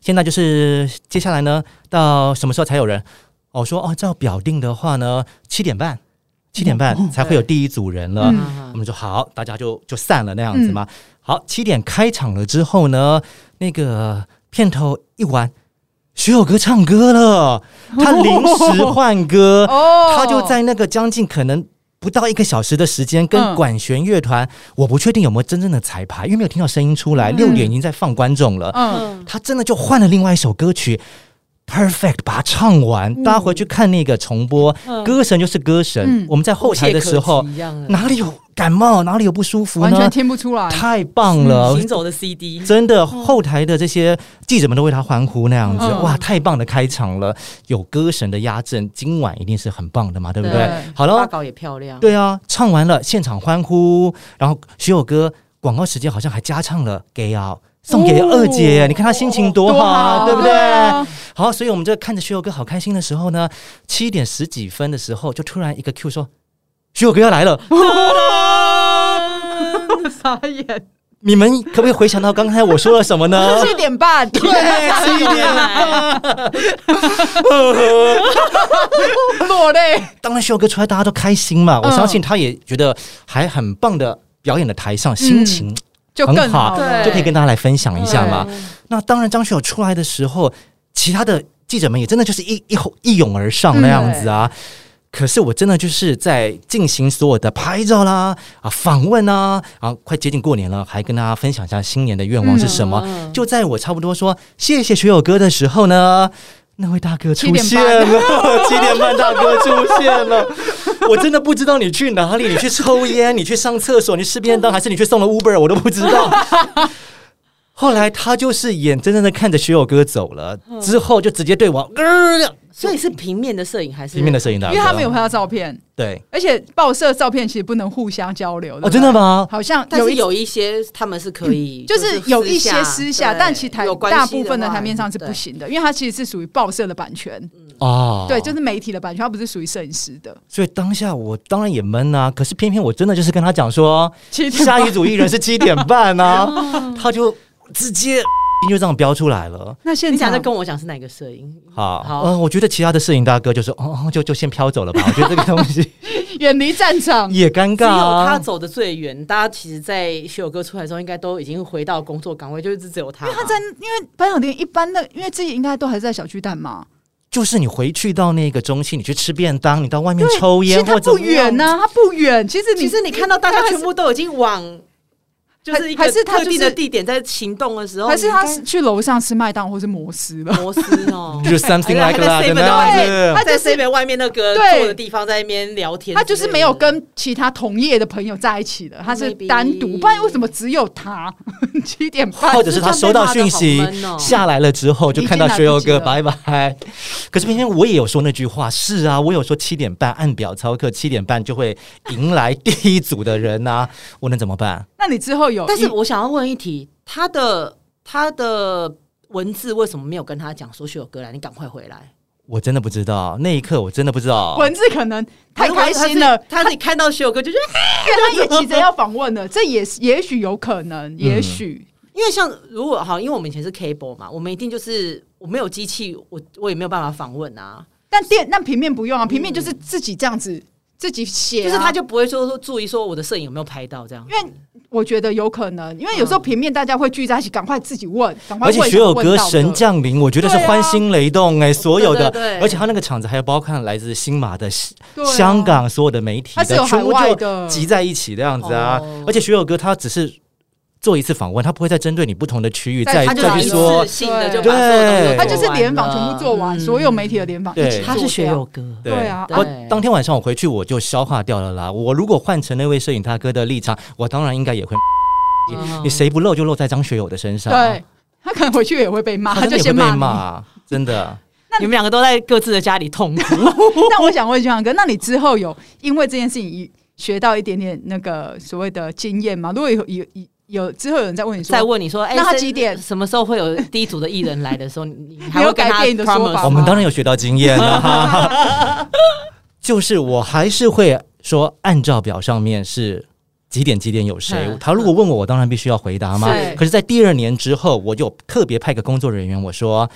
[SPEAKER 3] 现在就是接下来呢，到什么时候才有人？”哦我说：“哦，照表定的话呢，七点半，七点半才会有第一组人了。
[SPEAKER 2] 哦嗯
[SPEAKER 3] 我们说好，大家就就散了那样子嘛。好，七点开场了之后呢，那个片头一完，学友哥唱歌了，他临时换歌，
[SPEAKER 2] 哦，
[SPEAKER 3] 他就在那个将近可能不到一个小时的时间，
[SPEAKER 2] 嗯
[SPEAKER 3] 跟管弦乐团，我不确定有没有真正的彩排，因为没有听到声音出来。六点已经在放观众了，
[SPEAKER 2] 嗯
[SPEAKER 3] 他真的就换了另外一首歌曲。Perfect，把它唱完，大家回去看那个重播。歌神就是歌神，
[SPEAKER 2] 嗯
[SPEAKER 3] 我们在后台的时候，
[SPEAKER 1] 无懈可击一样的
[SPEAKER 3] 哪里有感冒，哪里有不舒服
[SPEAKER 2] 完全
[SPEAKER 3] 呢？
[SPEAKER 2] 听不嗯出来，
[SPEAKER 3] 太棒了，
[SPEAKER 1] 行走的 CD，
[SPEAKER 3] 真的，后台的这些记者们都为他欢呼那样子，
[SPEAKER 2] 嗯
[SPEAKER 3] 哇，太棒的开场了，有歌神的压阵，今晚一定是很棒的嘛，对不对？
[SPEAKER 2] 对
[SPEAKER 1] 发
[SPEAKER 3] 好了，
[SPEAKER 1] 稿也漂亮，
[SPEAKER 3] 对啊，唱完了，现场欢呼，然后学友哥广告时间好像还加唱了《Gay Out》。送给
[SPEAKER 2] 哦
[SPEAKER 3] 二姐，你看她心情多好，
[SPEAKER 2] 好，
[SPEAKER 3] 对不对？
[SPEAKER 2] 啊
[SPEAKER 3] 好，所以我们就看着学友哥好开心的时候呢，七点十几分的时候，就突然一个 Q 说：“学友哥要来
[SPEAKER 2] <laughs>
[SPEAKER 3] 了。”
[SPEAKER 2] 啊
[SPEAKER 3] 啊
[SPEAKER 1] <laughs>
[SPEAKER 2] 傻眼，
[SPEAKER 3] 你们可不可以回想到刚才我说了什么呢？
[SPEAKER 2] <laughs> 七点半，
[SPEAKER 3] 对， <laughs> 七点
[SPEAKER 2] <laughs>
[SPEAKER 3] 半。
[SPEAKER 2] 落泪，
[SPEAKER 3] 当然，秀哥出来，大家都开心嘛。
[SPEAKER 1] 嗯
[SPEAKER 3] 我相信他也觉得还很棒的表演的台上，心情
[SPEAKER 2] 就
[SPEAKER 3] 很
[SPEAKER 2] 更了
[SPEAKER 3] 好，
[SPEAKER 1] 嗯对
[SPEAKER 3] 就可以跟大家来分享一下嘛
[SPEAKER 1] 对。
[SPEAKER 3] 那当然，张学友出来的时候，其他的记者们也真的就是一一吼一涌而上那样子
[SPEAKER 1] 嗯
[SPEAKER 3] 啊。可是我真的就是在进行所有的拍照啦、啊访问啊，啊快接近过年了，还跟大家分享一下新年的愿望是什么。
[SPEAKER 1] 嗯
[SPEAKER 3] 就在我差不多说谢谢学友哥的时候呢，那位大哥
[SPEAKER 2] 七
[SPEAKER 3] 出
[SPEAKER 2] 点
[SPEAKER 3] 现
[SPEAKER 2] 半
[SPEAKER 3] 了， <laughs> 七点半大哥出现了，我真的不知道你去哪里，你去抽烟，你去上厕所，你吃
[SPEAKER 2] <laughs>
[SPEAKER 3] 便当，还是你去送了 Uber，我都不知道。 <laughs> 后来他就是眼睁睁的看着学友哥走了，
[SPEAKER 2] 嗯
[SPEAKER 3] 之后就直接对王呃
[SPEAKER 1] 所以是平面的摄影还是
[SPEAKER 3] 平面的摄啊影大
[SPEAKER 2] 因
[SPEAKER 3] 哥，
[SPEAKER 2] 为他们有拍到照片，
[SPEAKER 3] 对
[SPEAKER 2] 而且报社照片其实不能互相交流
[SPEAKER 3] 哦，真的？吗
[SPEAKER 2] 对不对？好像
[SPEAKER 1] 但
[SPEAKER 2] 有
[SPEAKER 1] 是
[SPEAKER 2] 一
[SPEAKER 1] 有一些他们是可以，
[SPEAKER 2] 嗯就是有一些私下，
[SPEAKER 1] 对
[SPEAKER 2] 但其实台
[SPEAKER 1] 有关系
[SPEAKER 2] 大部分的
[SPEAKER 1] 话
[SPEAKER 2] 台面上是不
[SPEAKER 1] 对嗯
[SPEAKER 2] 行的，因为它其实是属于报社的版权，
[SPEAKER 3] 哦，
[SPEAKER 2] 对，就是媒体的版权，它不是属于摄影师的。
[SPEAKER 3] 所以当下我当然也闷啊，可是偏偏我真的就是跟他讲说，
[SPEAKER 2] 七点
[SPEAKER 3] 下一组艺人是啊七点半
[SPEAKER 2] <laughs> 嗯
[SPEAKER 3] 啊，他就直接就这样标出来了。
[SPEAKER 2] 那现
[SPEAKER 1] 你想
[SPEAKER 2] 场
[SPEAKER 1] 再跟我讲是哪个摄影？
[SPEAKER 3] 好，
[SPEAKER 1] 好
[SPEAKER 3] 嗯，我觉得其他的摄影大哥就说，哦，哦就就先飘走了吧。我觉得这个东西
[SPEAKER 2] 远离战场，
[SPEAKER 3] 也尴
[SPEAKER 1] 只
[SPEAKER 3] 尬、
[SPEAKER 1] 有他
[SPEAKER 3] 啊。
[SPEAKER 1] 走的最远，大家其实，在学友哥出来之后，应该都已经回到工作岗位，就是只有他嘛。
[SPEAKER 2] 他在因为颁奖典礼一般的，因为自己应该都还是在小巨蛋嘛，
[SPEAKER 3] 就是你回去到那个中心，你去吃便当，你到外面
[SPEAKER 2] 对
[SPEAKER 3] 抽
[SPEAKER 2] 其实
[SPEAKER 3] 烟
[SPEAKER 2] 他
[SPEAKER 3] 或者
[SPEAKER 2] 不远啊
[SPEAKER 3] 呢、，
[SPEAKER 2] 呐、他不远。其实你
[SPEAKER 1] 其实你看到大家全部都已经往，就是一个
[SPEAKER 2] 还是他
[SPEAKER 1] 特
[SPEAKER 2] 就是
[SPEAKER 1] 定的地点在行动的时候，
[SPEAKER 2] 还是他
[SPEAKER 1] 你应
[SPEAKER 2] 是去楼上吃麦当劳或是摩斯了
[SPEAKER 1] 该。摩斯哦 <laughs>
[SPEAKER 3] 就是 something
[SPEAKER 1] 还
[SPEAKER 3] like
[SPEAKER 1] 在
[SPEAKER 3] that 的
[SPEAKER 1] seven
[SPEAKER 3] 那样
[SPEAKER 2] 对
[SPEAKER 3] 子
[SPEAKER 2] 他。
[SPEAKER 1] 在
[SPEAKER 2] 就是
[SPEAKER 1] C 边外面那个
[SPEAKER 2] 对
[SPEAKER 1] 坐的地方，在那边聊天之类的，
[SPEAKER 2] 他就是没有跟其他同业的朋友在一起的，他是
[SPEAKER 1] Maybe
[SPEAKER 2] 单独，不然为什么只有他 <laughs> 七点半？
[SPEAKER 3] <laughs> 或者是他收到讯
[SPEAKER 1] 这
[SPEAKER 3] 息
[SPEAKER 1] 样被骂得好闷哦
[SPEAKER 3] 下来了之后，就看到学友
[SPEAKER 2] 已经
[SPEAKER 3] 哥
[SPEAKER 2] 来
[SPEAKER 3] 拜拜。可是偏偏我也有说那句话，是啊，我有说七点半按表操课，七点半就会迎来第一组的人呐、我能怎么办？
[SPEAKER 2] 那你之后有一？
[SPEAKER 1] 但是我想要问一题，他的他的文字为什么没有跟他讲说学友哥来，你赶快回来？
[SPEAKER 3] 我真的不知道，那一刻我真的不知道。
[SPEAKER 2] 文字可能太开心了，
[SPEAKER 1] 他自己看到学友哥就觉得。
[SPEAKER 2] 因为他也急着要访问了， <laughs> 这也是也许有可能，也许、
[SPEAKER 1] 因为像如果好，因为我们以前是 cable 嘛，我们一定就是我没有机器，我我也没有办法访问啊，
[SPEAKER 2] 但电那平面不用啊，平面就是自己这样子、自己写啊、
[SPEAKER 1] 嗯就是他就不会说说注意说我的摄影有没有拍到这样
[SPEAKER 2] 因。为我觉得有可能，因为有
[SPEAKER 1] 嗯
[SPEAKER 2] 时候平面大家会聚在一起，赶快自己问，赶快
[SPEAKER 3] 而
[SPEAKER 2] 问。
[SPEAKER 3] 且学友
[SPEAKER 2] 想问
[SPEAKER 3] 哥
[SPEAKER 2] 到的
[SPEAKER 3] 神，降临，我觉得是
[SPEAKER 2] 对啊
[SPEAKER 3] 欢欣雷动哎、所有的，
[SPEAKER 1] 对对对
[SPEAKER 3] 而且他那个场子还有包括来自新马的、西
[SPEAKER 2] 对啊
[SPEAKER 3] 香港所有的媒体
[SPEAKER 2] 他是有
[SPEAKER 3] 的，全
[SPEAKER 2] 海
[SPEAKER 3] 部
[SPEAKER 2] 外
[SPEAKER 3] 就
[SPEAKER 2] 的，
[SPEAKER 3] 集在一起的样子啊。
[SPEAKER 1] 哦
[SPEAKER 3] 而且学友哥他只是做一次访问，他不会再针对你不同的区域
[SPEAKER 2] 再
[SPEAKER 3] 再
[SPEAKER 1] 他就
[SPEAKER 2] 再
[SPEAKER 3] 再
[SPEAKER 1] 是
[SPEAKER 3] 去
[SPEAKER 1] 一
[SPEAKER 3] 说
[SPEAKER 1] 次，性的就
[SPEAKER 3] 对
[SPEAKER 1] 把所有东西都做完了嗯
[SPEAKER 2] 他就是联访全部做完，所有媒体的联访
[SPEAKER 3] 对
[SPEAKER 2] 一起做
[SPEAKER 1] 他
[SPEAKER 2] 掉
[SPEAKER 1] 是学友，哥，
[SPEAKER 2] 对啊
[SPEAKER 3] 我
[SPEAKER 1] 对
[SPEAKER 3] 哦当天晚上我回去我就消化掉了啦。我如果换成那位摄影大哥的立场，我当然应该也会，
[SPEAKER 1] 嗯
[SPEAKER 3] 你谁不漏就漏在张学友的身上，啊
[SPEAKER 2] 对，他可能回去也会被骂，
[SPEAKER 3] 他
[SPEAKER 2] 他
[SPEAKER 3] 真
[SPEAKER 2] 就
[SPEAKER 3] 的也会
[SPEAKER 2] 先
[SPEAKER 3] 被
[SPEAKER 2] 你。
[SPEAKER 3] 骂，啊真的。
[SPEAKER 1] 你们两个都在各自的家里痛
[SPEAKER 2] <laughs>
[SPEAKER 1] 苦，
[SPEAKER 3] <laughs>
[SPEAKER 2] 那我想问俊阳哥，那你之后有因为这件事情一学到一点点那个所谓的经验吗？如果有有有有之后有人在问你说，
[SPEAKER 1] 再问你说，哎，
[SPEAKER 2] 那他
[SPEAKER 1] 是
[SPEAKER 2] 几点
[SPEAKER 1] 什么时候会有第一组的艺人来的时候，你你还
[SPEAKER 2] 没有
[SPEAKER 1] 会跟
[SPEAKER 2] 改
[SPEAKER 1] 他
[SPEAKER 2] 变你的说
[SPEAKER 1] promise
[SPEAKER 2] 法
[SPEAKER 1] 吗
[SPEAKER 3] 我们当然有学到经验了，哈哈就是我还是会说，按照表上面是几点几点有谁
[SPEAKER 1] 嗯。
[SPEAKER 3] 他如果问我，我当然必须要回答嘛
[SPEAKER 2] 是。
[SPEAKER 3] 可是，在第二年之后，我就特别派个工作人员，我说。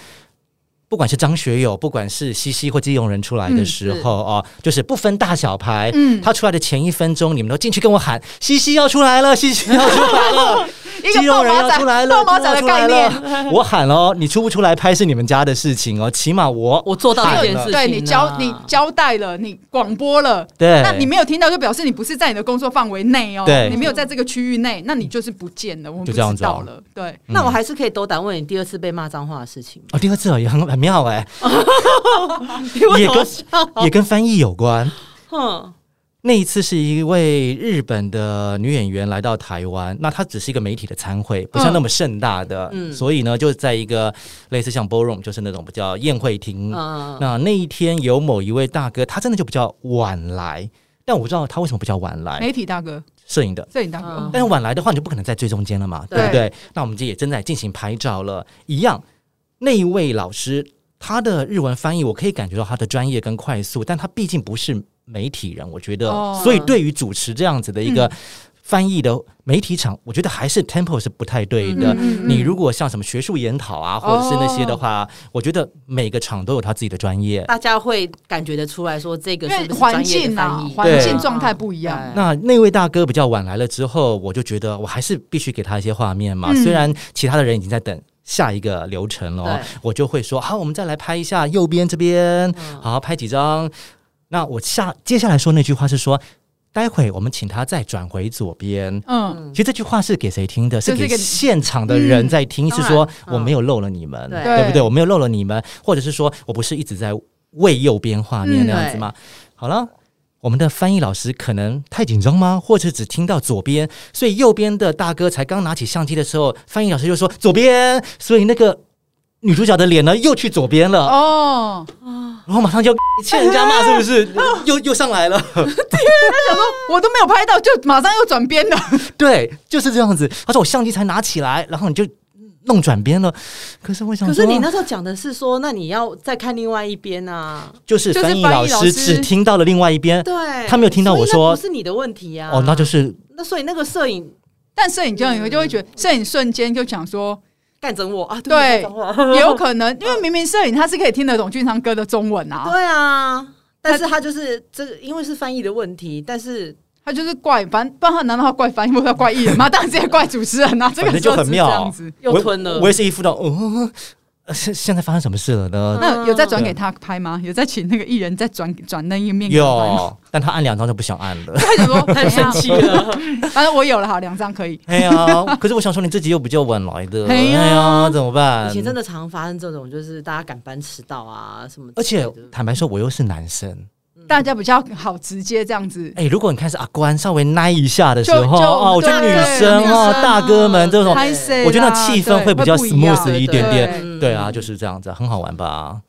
[SPEAKER 3] 不管是张学友，不管是西西或基隆人出来的时候啊，就是不分大小牌，
[SPEAKER 2] 嗯
[SPEAKER 3] 他出来的前一分钟，你们都进去跟我喊“西西要出来了，西西要出来了”，
[SPEAKER 2] 一
[SPEAKER 3] 肌
[SPEAKER 2] 个
[SPEAKER 3] 肉
[SPEAKER 2] 爆
[SPEAKER 3] 人
[SPEAKER 2] 马
[SPEAKER 3] 要出来
[SPEAKER 2] 仔，
[SPEAKER 3] 了，
[SPEAKER 2] 爆马仔的概念
[SPEAKER 3] 肌，肉人要出 <laughs> 来了。我喊了哦，你出不出来拍是你们家的事情哦，起码我
[SPEAKER 1] 我做到这件事情啊，
[SPEAKER 2] 对你交你交代了，你广播了，
[SPEAKER 3] 对
[SPEAKER 2] 那你没有听到就表示你不是在你的工作范围内哦，
[SPEAKER 3] 对
[SPEAKER 2] 你没有在这个区域内，那你就是不见了，我们
[SPEAKER 3] 就这样子
[SPEAKER 2] 不知道
[SPEAKER 3] 哦
[SPEAKER 2] 了，对。
[SPEAKER 1] 那我还是可以斗胆问你第二次被骂脏话的事情吗？
[SPEAKER 3] 哦，第二次哦也很很妙
[SPEAKER 2] <laughs>
[SPEAKER 3] 哎，
[SPEAKER 1] 你为
[SPEAKER 3] 也
[SPEAKER 1] 什么
[SPEAKER 3] 跟也跟翻译有关。
[SPEAKER 1] 哼
[SPEAKER 3] 那一次是一位日本的女演员来到台湾，那她只是一个媒体的参会，不像那么盛大的，
[SPEAKER 1] 嗯
[SPEAKER 3] 所以呢，就在一个类似像 ballroom，就是那种比较宴会厅。
[SPEAKER 1] 嗯
[SPEAKER 3] 那那一天有某一位大哥，他真的就比较晚来，但我不知道他为什么比较晚来，
[SPEAKER 2] 媒体大哥，
[SPEAKER 3] 摄影的。
[SPEAKER 2] 摄影大哥
[SPEAKER 1] 嗯，
[SPEAKER 3] 但是晚来的话，你就不可能在最中间了嘛，对
[SPEAKER 1] 对
[SPEAKER 3] 不对？那我们这也正在进行拍照了，一样。那一位老师，他的日文翻译，我可以感觉到他的专业跟快速，但他毕竟不是媒体人，我觉得，
[SPEAKER 2] 哦嗯
[SPEAKER 3] 所以对于主持这样子的一个翻译的媒体场，我觉得还是 tempo 是不太对的。
[SPEAKER 2] 嗯嗯嗯哦
[SPEAKER 3] 你如果像什么学术研讨啊，或者是那些的话，我觉得每个场都有他自己的专业。
[SPEAKER 1] <laughs> 大家会感觉得出来说这个
[SPEAKER 2] 因
[SPEAKER 1] 是
[SPEAKER 2] 为
[SPEAKER 1] 不是
[SPEAKER 2] 环
[SPEAKER 1] 专业的
[SPEAKER 2] 境啊
[SPEAKER 1] 翻，译，
[SPEAKER 2] 环
[SPEAKER 3] 对
[SPEAKER 2] 境状态不一样，
[SPEAKER 1] 对
[SPEAKER 3] 那那位大哥比较晚来了之后，我就觉得我还是必须给他一些画面嘛。
[SPEAKER 2] 嗯
[SPEAKER 3] 虽然其他的人已经在等下一个流程了哦
[SPEAKER 1] 对，
[SPEAKER 3] 我就会说好，我们再来拍一下
[SPEAKER 1] 嗯
[SPEAKER 3] 右边这边，好拍几张。那我下接下来说那句话是说，待会我们请他再转回左边。
[SPEAKER 2] 嗯，
[SPEAKER 3] 其实这句话是给谁听的？是
[SPEAKER 2] 这是
[SPEAKER 3] 给
[SPEAKER 2] 一个
[SPEAKER 3] 现场的人在听，
[SPEAKER 1] 嗯
[SPEAKER 3] 是说
[SPEAKER 1] 当然
[SPEAKER 3] 我没有漏了你们，
[SPEAKER 1] 对
[SPEAKER 3] 对不
[SPEAKER 2] 对
[SPEAKER 3] 对？我没有漏了你们，或者是说我不是一直在为右边画面
[SPEAKER 2] 嗯
[SPEAKER 3] 那样子吗？好了。我们的翻译老师可能太紧张吗？或者只听到左边，所以右边的大哥才刚拿起相机的时候，翻译老师就说左边，所以那个女主角的脸呢又去左边了，
[SPEAKER 2] 哦，
[SPEAKER 3] 然后马上就 <laughs> 欠人家骂，是不是？
[SPEAKER 1] <laughs> 哦
[SPEAKER 3] 又又上来了。
[SPEAKER 2] 哦我都没有拍到，就马上又转边了。 <laughs>
[SPEAKER 3] 对，就是这样子。他说我相机才拿起来，然后你就弄转边了。可是我想
[SPEAKER 1] 可
[SPEAKER 3] 说，
[SPEAKER 1] 是你那时候讲的是说，那你要再看另外一边啊，
[SPEAKER 3] 就是
[SPEAKER 2] 就是
[SPEAKER 3] 翻译
[SPEAKER 2] 翻译
[SPEAKER 3] 老
[SPEAKER 2] 老
[SPEAKER 3] 师
[SPEAKER 2] 师
[SPEAKER 3] 只听到了另外一边，
[SPEAKER 1] 对，
[SPEAKER 3] 他没有听到我
[SPEAKER 1] 所以那
[SPEAKER 3] 说
[SPEAKER 1] 不是你的问题啊。
[SPEAKER 3] 哦，那就是
[SPEAKER 1] 那所以那个摄影
[SPEAKER 2] 但摄影这样，你就会觉得
[SPEAKER 1] 嗯
[SPEAKER 2] 摄影瞬间就想说，
[SPEAKER 1] 干整我啊，对
[SPEAKER 2] 对
[SPEAKER 1] 不起，干整我
[SPEAKER 2] 也有可能，因为明明摄影它是可以听得懂俊昌哥的中文啊，
[SPEAKER 1] 对啊。但是他就是这个，因为是翻译的问题，但是
[SPEAKER 2] 他就是怪，反正不然他难道他怪翻译，或者他怪艺人吗？当然直接怪主持
[SPEAKER 1] <laughs>
[SPEAKER 2] 人啊，这
[SPEAKER 3] 反
[SPEAKER 2] 个
[SPEAKER 3] 正
[SPEAKER 2] 时
[SPEAKER 3] 就
[SPEAKER 2] 候
[SPEAKER 3] 很
[SPEAKER 2] 是
[SPEAKER 3] 妙
[SPEAKER 2] 这样子。
[SPEAKER 1] 又吞了
[SPEAKER 3] 我。我也是一副到，嗯、呃，现现在发生什么事了呢？
[SPEAKER 1] 嗯
[SPEAKER 2] 那有再转给他拍吗？有再请那个艺人再转转那一面给他拍吗？
[SPEAKER 3] 有，但他按两张就不想按
[SPEAKER 2] <laughs>
[SPEAKER 3] 了。
[SPEAKER 2] 他想说
[SPEAKER 3] <laughs>
[SPEAKER 1] 太生气，了，
[SPEAKER 2] <laughs> 怎样反正我有了，好两张可以。
[SPEAKER 3] 哎呀，可是我想说你自己又比较晚来
[SPEAKER 2] <laughs>
[SPEAKER 3] 的，
[SPEAKER 2] 哎呀
[SPEAKER 3] 怎么办？
[SPEAKER 1] 以前真的常发生这种，就是大家赶班迟到啊什么之
[SPEAKER 3] 而
[SPEAKER 1] 类
[SPEAKER 3] 且
[SPEAKER 1] 的。
[SPEAKER 3] 坦白说，我又是男生。
[SPEAKER 1] 嗯
[SPEAKER 2] 大家比较好直接这样子，
[SPEAKER 3] 哎、如果你看是阿关稍微奶一下的时
[SPEAKER 2] 就
[SPEAKER 3] 候，
[SPEAKER 2] 就
[SPEAKER 3] 哦，我觉得
[SPEAKER 2] 对
[SPEAKER 3] 女生
[SPEAKER 2] 女生
[SPEAKER 3] 哦
[SPEAKER 2] 啊，
[SPEAKER 3] 大哥们这种
[SPEAKER 1] 对
[SPEAKER 2] 拍谁啦？
[SPEAKER 3] 我觉得那气氛
[SPEAKER 2] 对
[SPEAKER 3] 会比较
[SPEAKER 2] 不一样
[SPEAKER 3] smooth 一点
[SPEAKER 2] 对
[SPEAKER 1] 嗯
[SPEAKER 3] 点。对啊，就是这样子，很好玩吧？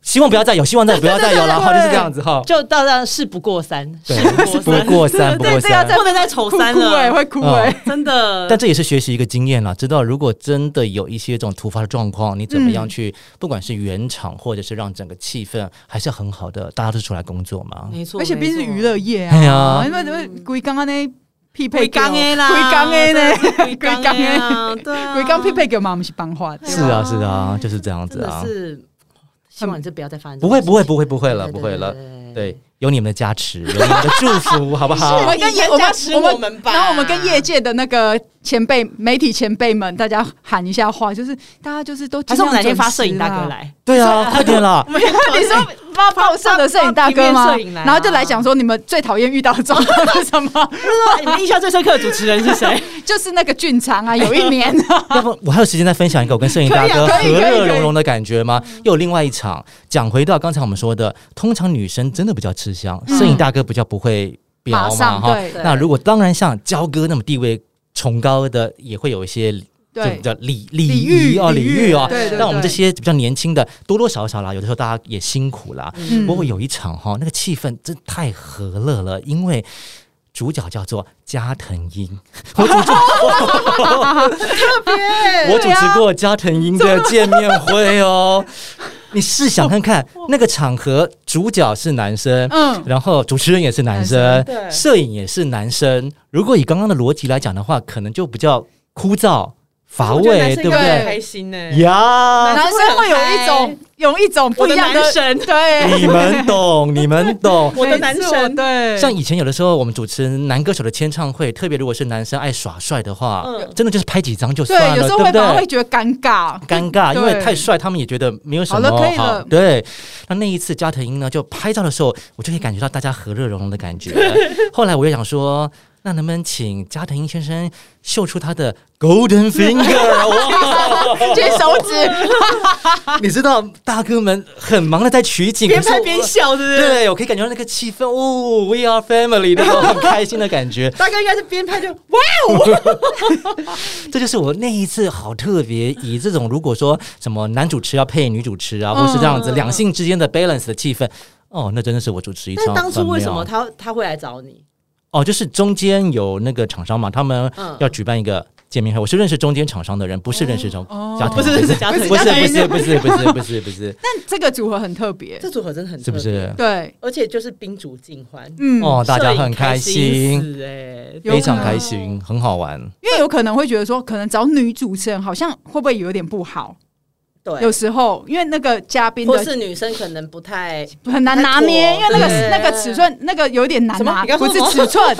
[SPEAKER 3] 希望不要再有，希望再不要再
[SPEAKER 2] 对
[SPEAKER 3] 有了，
[SPEAKER 2] 对对对
[SPEAKER 3] 哈，就是这样子哈。
[SPEAKER 1] 嗯就到让事不过三，
[SPEAKER 3] 对，
[SPEAKER 1] 事
[SPEAKER 3] 不
[SPEAKER 2] <laughs>
[SPEAKER 3] 过三，不过
[SPEAKER 2] 啊
[SPEAKER 3] 嗯
[SPEAKER 2] 这个要
[SPEAKER 3] 三
[SPEAKER 2] 再。
[SPEAKER 1] 不能再丑
[SPEAKER 2] 哭
[SPEAKER 1] 三
[SPEAKER 2] 哭哎，
[SPEAKER 1] 了，
[SPEAKER 2] 会哭哎。
[SPEAKER 1] <laughs> 真的。
[SPEAKER 3] 但这也是学习一个经验啦，知道如果真的有一些这种突发的状况，你怎么样去，不管是圆场或者是让整个气氛还是很好的，大家都出来工作嘛。
[SPEAKER 1] 没错，
[SPEAKER 2] 而且毕竟是娱
[SPEAKER 1] 乐。
[SPEAKER 2] 乐业
[SPEAKER 3] 哎
[SPEAKER 2] 啊，
[SPEAKER 3] 呀
[SPEAKER 2] 因为因为规刚刚那匹配
[SPEAKER 1] 龟缸
[SPEAKER 2] 的
[SPEAKER 1] 的啦，
[SPEAKER 2] 规刚的
[SPEAKER 1] <laughs>
[SPEAKER 2] 呢，
[SPEAKER 1] 呢龟缸的啊，对啊，
[SPEAKER 2] 规刚匹配给嘛，我们是帮话的，
[SPEAKER 1] 对
[SPEAKER 3] 是啊，是啊，就是这样
[SPEAKER 1] 真
[SPEAKER 3] 子
[SPEAKER 1] 的
[SPEAKER 3] 啊。
[SPEAKER 1] 是，希望你这不要再发生这
[SPEAKER 3] 不
[SPEAKER 1] 种
[SPEAKER 3] 会，
[SPEAKER 1] 事情。
[SPEAKER 3] 不会，不会，不会
[SPEAKER 1] 会
[SPEAKER 3] 了，不会了。对，，有你们的加持，有你们的祝福，好不
[SPEAKER 2] 我
[SPEAKER 3] 好？
[SPEAKER 2] 们跟业
[SPEAKER 1] 你
[SPEAKER 2] 我
[SPEAKER 1] 们
[SPEAKER 2] 们
[SPEAKER 1] 加持我们吧
[SPEAKER 2] 然后我们跟业界的那个前辈、媒体前辈们，大家喊一下话，就是大家就是都
[SPEAKER 1] 还是我们哪天发摄影
[SPEAKER 2] 尽量
[SPEAKER 1] 大
[SPEAKER 2] 准时
[SPEAKER 1] 哥。
[SPEAKER 2] 啦
[SPEAKER 1] 来？
[SPEAKER 3] 对啊，快点啦！
[SPEAKER 1] 我们要
[SPEAKER 2] 你说发报社的摄影大哥
[SPEAKER 1] 发
[SPEAKER 2] 吗
[SPEAKER 1] 平面摄影来？啊
[SPEAKER 2] 然后就来讲说你们最讨厌遇到的状况是什么？ <laughs>
[SPEAKER 1] <laughs> 你们印象最深刻的主持人 <laughs> 是谁？
[SPEAKER 2] 就是那个俊长 <laughs> 啊，有一年啊，
[SPEAKER 3] 要不我还有时间再分享一个我跟摄影大哥
[SPEAKER 2] 可以
[SPEAKER 3] 和
[SPEAKER 2] 啊可以可以
[SPEAKER 3] 乐
[SPEAKER 2] 可以
[SPEAKER 3] 融融的感觉吗？又有另外一场，讲回到刚才我们说的，通常女生真的比较吃香，
[SPEAKER 2] 嗯
[SPEAKER 3] 摄影大哥比较不会
[SPEAKER 2] 马
[SPEAKER 3] 表嘛
[SPEAKER 2] 上
[SPEAKER 3] 哈。
[SPEAKER 2] 对
[SPEAKER 3] 那如果当然像焦哥那么地位崇高的，也会有一些就
[SPEAKER 2] 对
[SPEAKER 3] 叫礼
[SPEAKER 2] 礼
[SPEAKER 3] 礼
[SPEAKER 2] 遇
[SPEAKER 3] 遇哦，礼遇哦。
[SPEAKER 2] 对对，
[SPEAKER 3] 那我们这
[SPEAKER 2] 对
[SPEAKER 3] 些比较年轻的，多多少少啦，有的时候大家也辛苦啦。
[SPEAKER 2] 嗯
[SPEAKER 3] 不过有一场哈，那个气氛真太和乐了，因为主角叫做加藤
[SPEAKER 2] <laughs>
[SPEAKER 3] 鹰，我主角我主持过加藤鹰的见面
[SPEAKER 2] <laughs>
[SPEAKER 3] 会哦。你试想看看，那个场合主角是男生，
[SPEAKER 2] 嗯
[SPEAKER 3] 然后主持人也是男生 <laughs>
[SPEAKER 2] 男，
[SPEAKER 1] 对
[SPEAKER 3] 摄影也是男生。如果以刚刚的逻辑来讲的话，可能就比较枯燥乏
[SPEAKER 1] 我觉得男
[SPEAKER 3] 味，
[SPEAKER 1] 生
[SPEAKER 3] 对
[SPEAKER 1] 应
[SPEAKER 3] 不
[SPEAKER 1] 该很
[SPEAKER 3] 对？
[SPEAKER 1] 开心呢。 <laughs>
[SPEAKER 3] 呀，
[SPEAKER 2] 男生会有一种有一种不一样
[SPEAKER 1] 我的男神
[SPEAKER 2] 对，
[SPEAKER 3] 你们懂，你
[SPEAKER 1] <laughs>
[SPEAKER 3] 们懂。
[SPEAKER 1] 我的男
[SPEAKER 2] 没错
[SPEAKER 1] 神
[SPEAKER 2] 对，
[SPEAKER 3] 像以前有的时候，我们主持男歌手的签唱会，特别如果是男生爱耍帅的话，
[SPEAKER 1] 嗯
[SPEAKER 3] 真的就是拍几张就算
[SPEAKER 2] 对，
[SPEAKER 3] 了，
[SPEAKER 2] 有
[SPEAKER 3] 对
[SPEAKER 2] 时候
[SPEAKER 3] 不
[SPEAKER 2] 会反而
[SPEAKER 3] 对
[SPEAKER 2] 会？觉得尴尬，
[SPEAKER 3] 尴尬，
[SPEAKER 2] 对
[SPEAKER 3] 因为太帅，他们也觉得没有什么
[SPEAKER 2] 好了可以了
[SPEAKER 3] 对，那那一次加藤鹰呢，就拍照的时候，我就可以感觉到大家和乐融融的感
[SPEAKER 2] <laughs>
[SPEAKER 3] 觉。后来我就想说，那能不能请加藤鹰先生秀出他的 Golden Finger？哇，
[SPEAKER 2] 举手指，
[SPEAKER 3] 你知道大哥们很忙的在取景，
[SPEAKER 1] 边
[SPEAKER 3] 可是
[SPEAKER 1] 拍
[SPEAKER 3] 我
[SPEAKER 1] 边。笑，对不对？
[SPEAKER 3] 对，我可以感觉到那个气氛哦，We are family 那种很开心的感觉。
[SPEAKER 1] 大哥应该是边拍就
[SPEAKER 3] 啊这就是我那一次好特别，以这种如果说什么男主持要配女主持啊，或是这样子
[SPEAKER 1] 嗯
[SPEAKER 3] 两性之间的 balance 的气氛，哦，那真的是我主持一
[SPEAKER 1] 但
[SPEAKER 3] 场。啊
[SPEAKER 1] 当初为什么？他他会来找你？
[SPEAKER 3] 哦，就是中间有那个厂商嘛，他们
[SPEAKER 1] 嗯
[SPEAKER 3] 要举办一个。见面会，我是认识中间厂商的人，不是认识中
[SPEAKER 2] 哦
[SPEAKER 3] 家
[SPEAKER 1] 不
[SPEAKER 3] 庭
[SPEAKER 1] 是
[SPEAKER 3] 的
[SPEAKER 1] 认
[SPEAKER 3] 人，
[SPEAKER 1] 识贾
[SPEAKER 3] 不是
[SPEAKER 1] 家
[SPEAKER 3] 不是不是不是不是
[SPEAKER 1] <laughs>
[SPEAKER 3] 不是，
[SPEAKER 2] 但这个组合很特别
[SPEAKER 3] <laughs>
[SPEAKER 1] 这，组合真的很特
[SPEAKER 3] 是不
[SPEAKER 1] 别？
[SPEAKER 3] 是？
[SPEAKER 2] 对，
[SPEAKER 1] 而且就是宾主尽欢，
[SPEAKER 2] 嗯，
[SPEAKER 3] 哦，大家
[SPEAKER 1] 摄
[SPEAKER 3] 很
[SPEAKER 1] 影
[SPEAKER 3] 开
[SPEAKER 1] 开
[SPEAKER 3] 心，
[SPEAKER 1] 死哎，
[SPEAKER 2] 有可能
[SPEAKER 3] 非常开心，很好玩。
[SPEAKER 1] 嗯
[SPEAKER 2] 因为有可能会觉得说，可能找女主持人好像会不会有点不好？有
[SPEAKER 1] 对，
[SPEAKER 2] 时候因为那个嘉宾
[SPEAKER 1] 或
[SPEAKER 2] 的
[SPEAKER 1] 是女生可能不太
[SPEAKER 2] 很难拿捏，
[SPEAKER 1] 不太妥
[SPEAKER 2] 因为那个
[SPEAKER 1] 对
[SPEAKER 2] 那个尺寸那个有点难
[SPEAKER 1] 什么
[SPEAKER 2] 拿，
[SPEAKER 1] 你刚
[SPEAKER 2] 不
[SPEAKER 1] 说
[SPEAKER 2] 是
[SPEAKER 1] 什么
[SPEAKER 2] 尺
[SPEAKER 3] <laughs>
[SPEAKER 2] 寸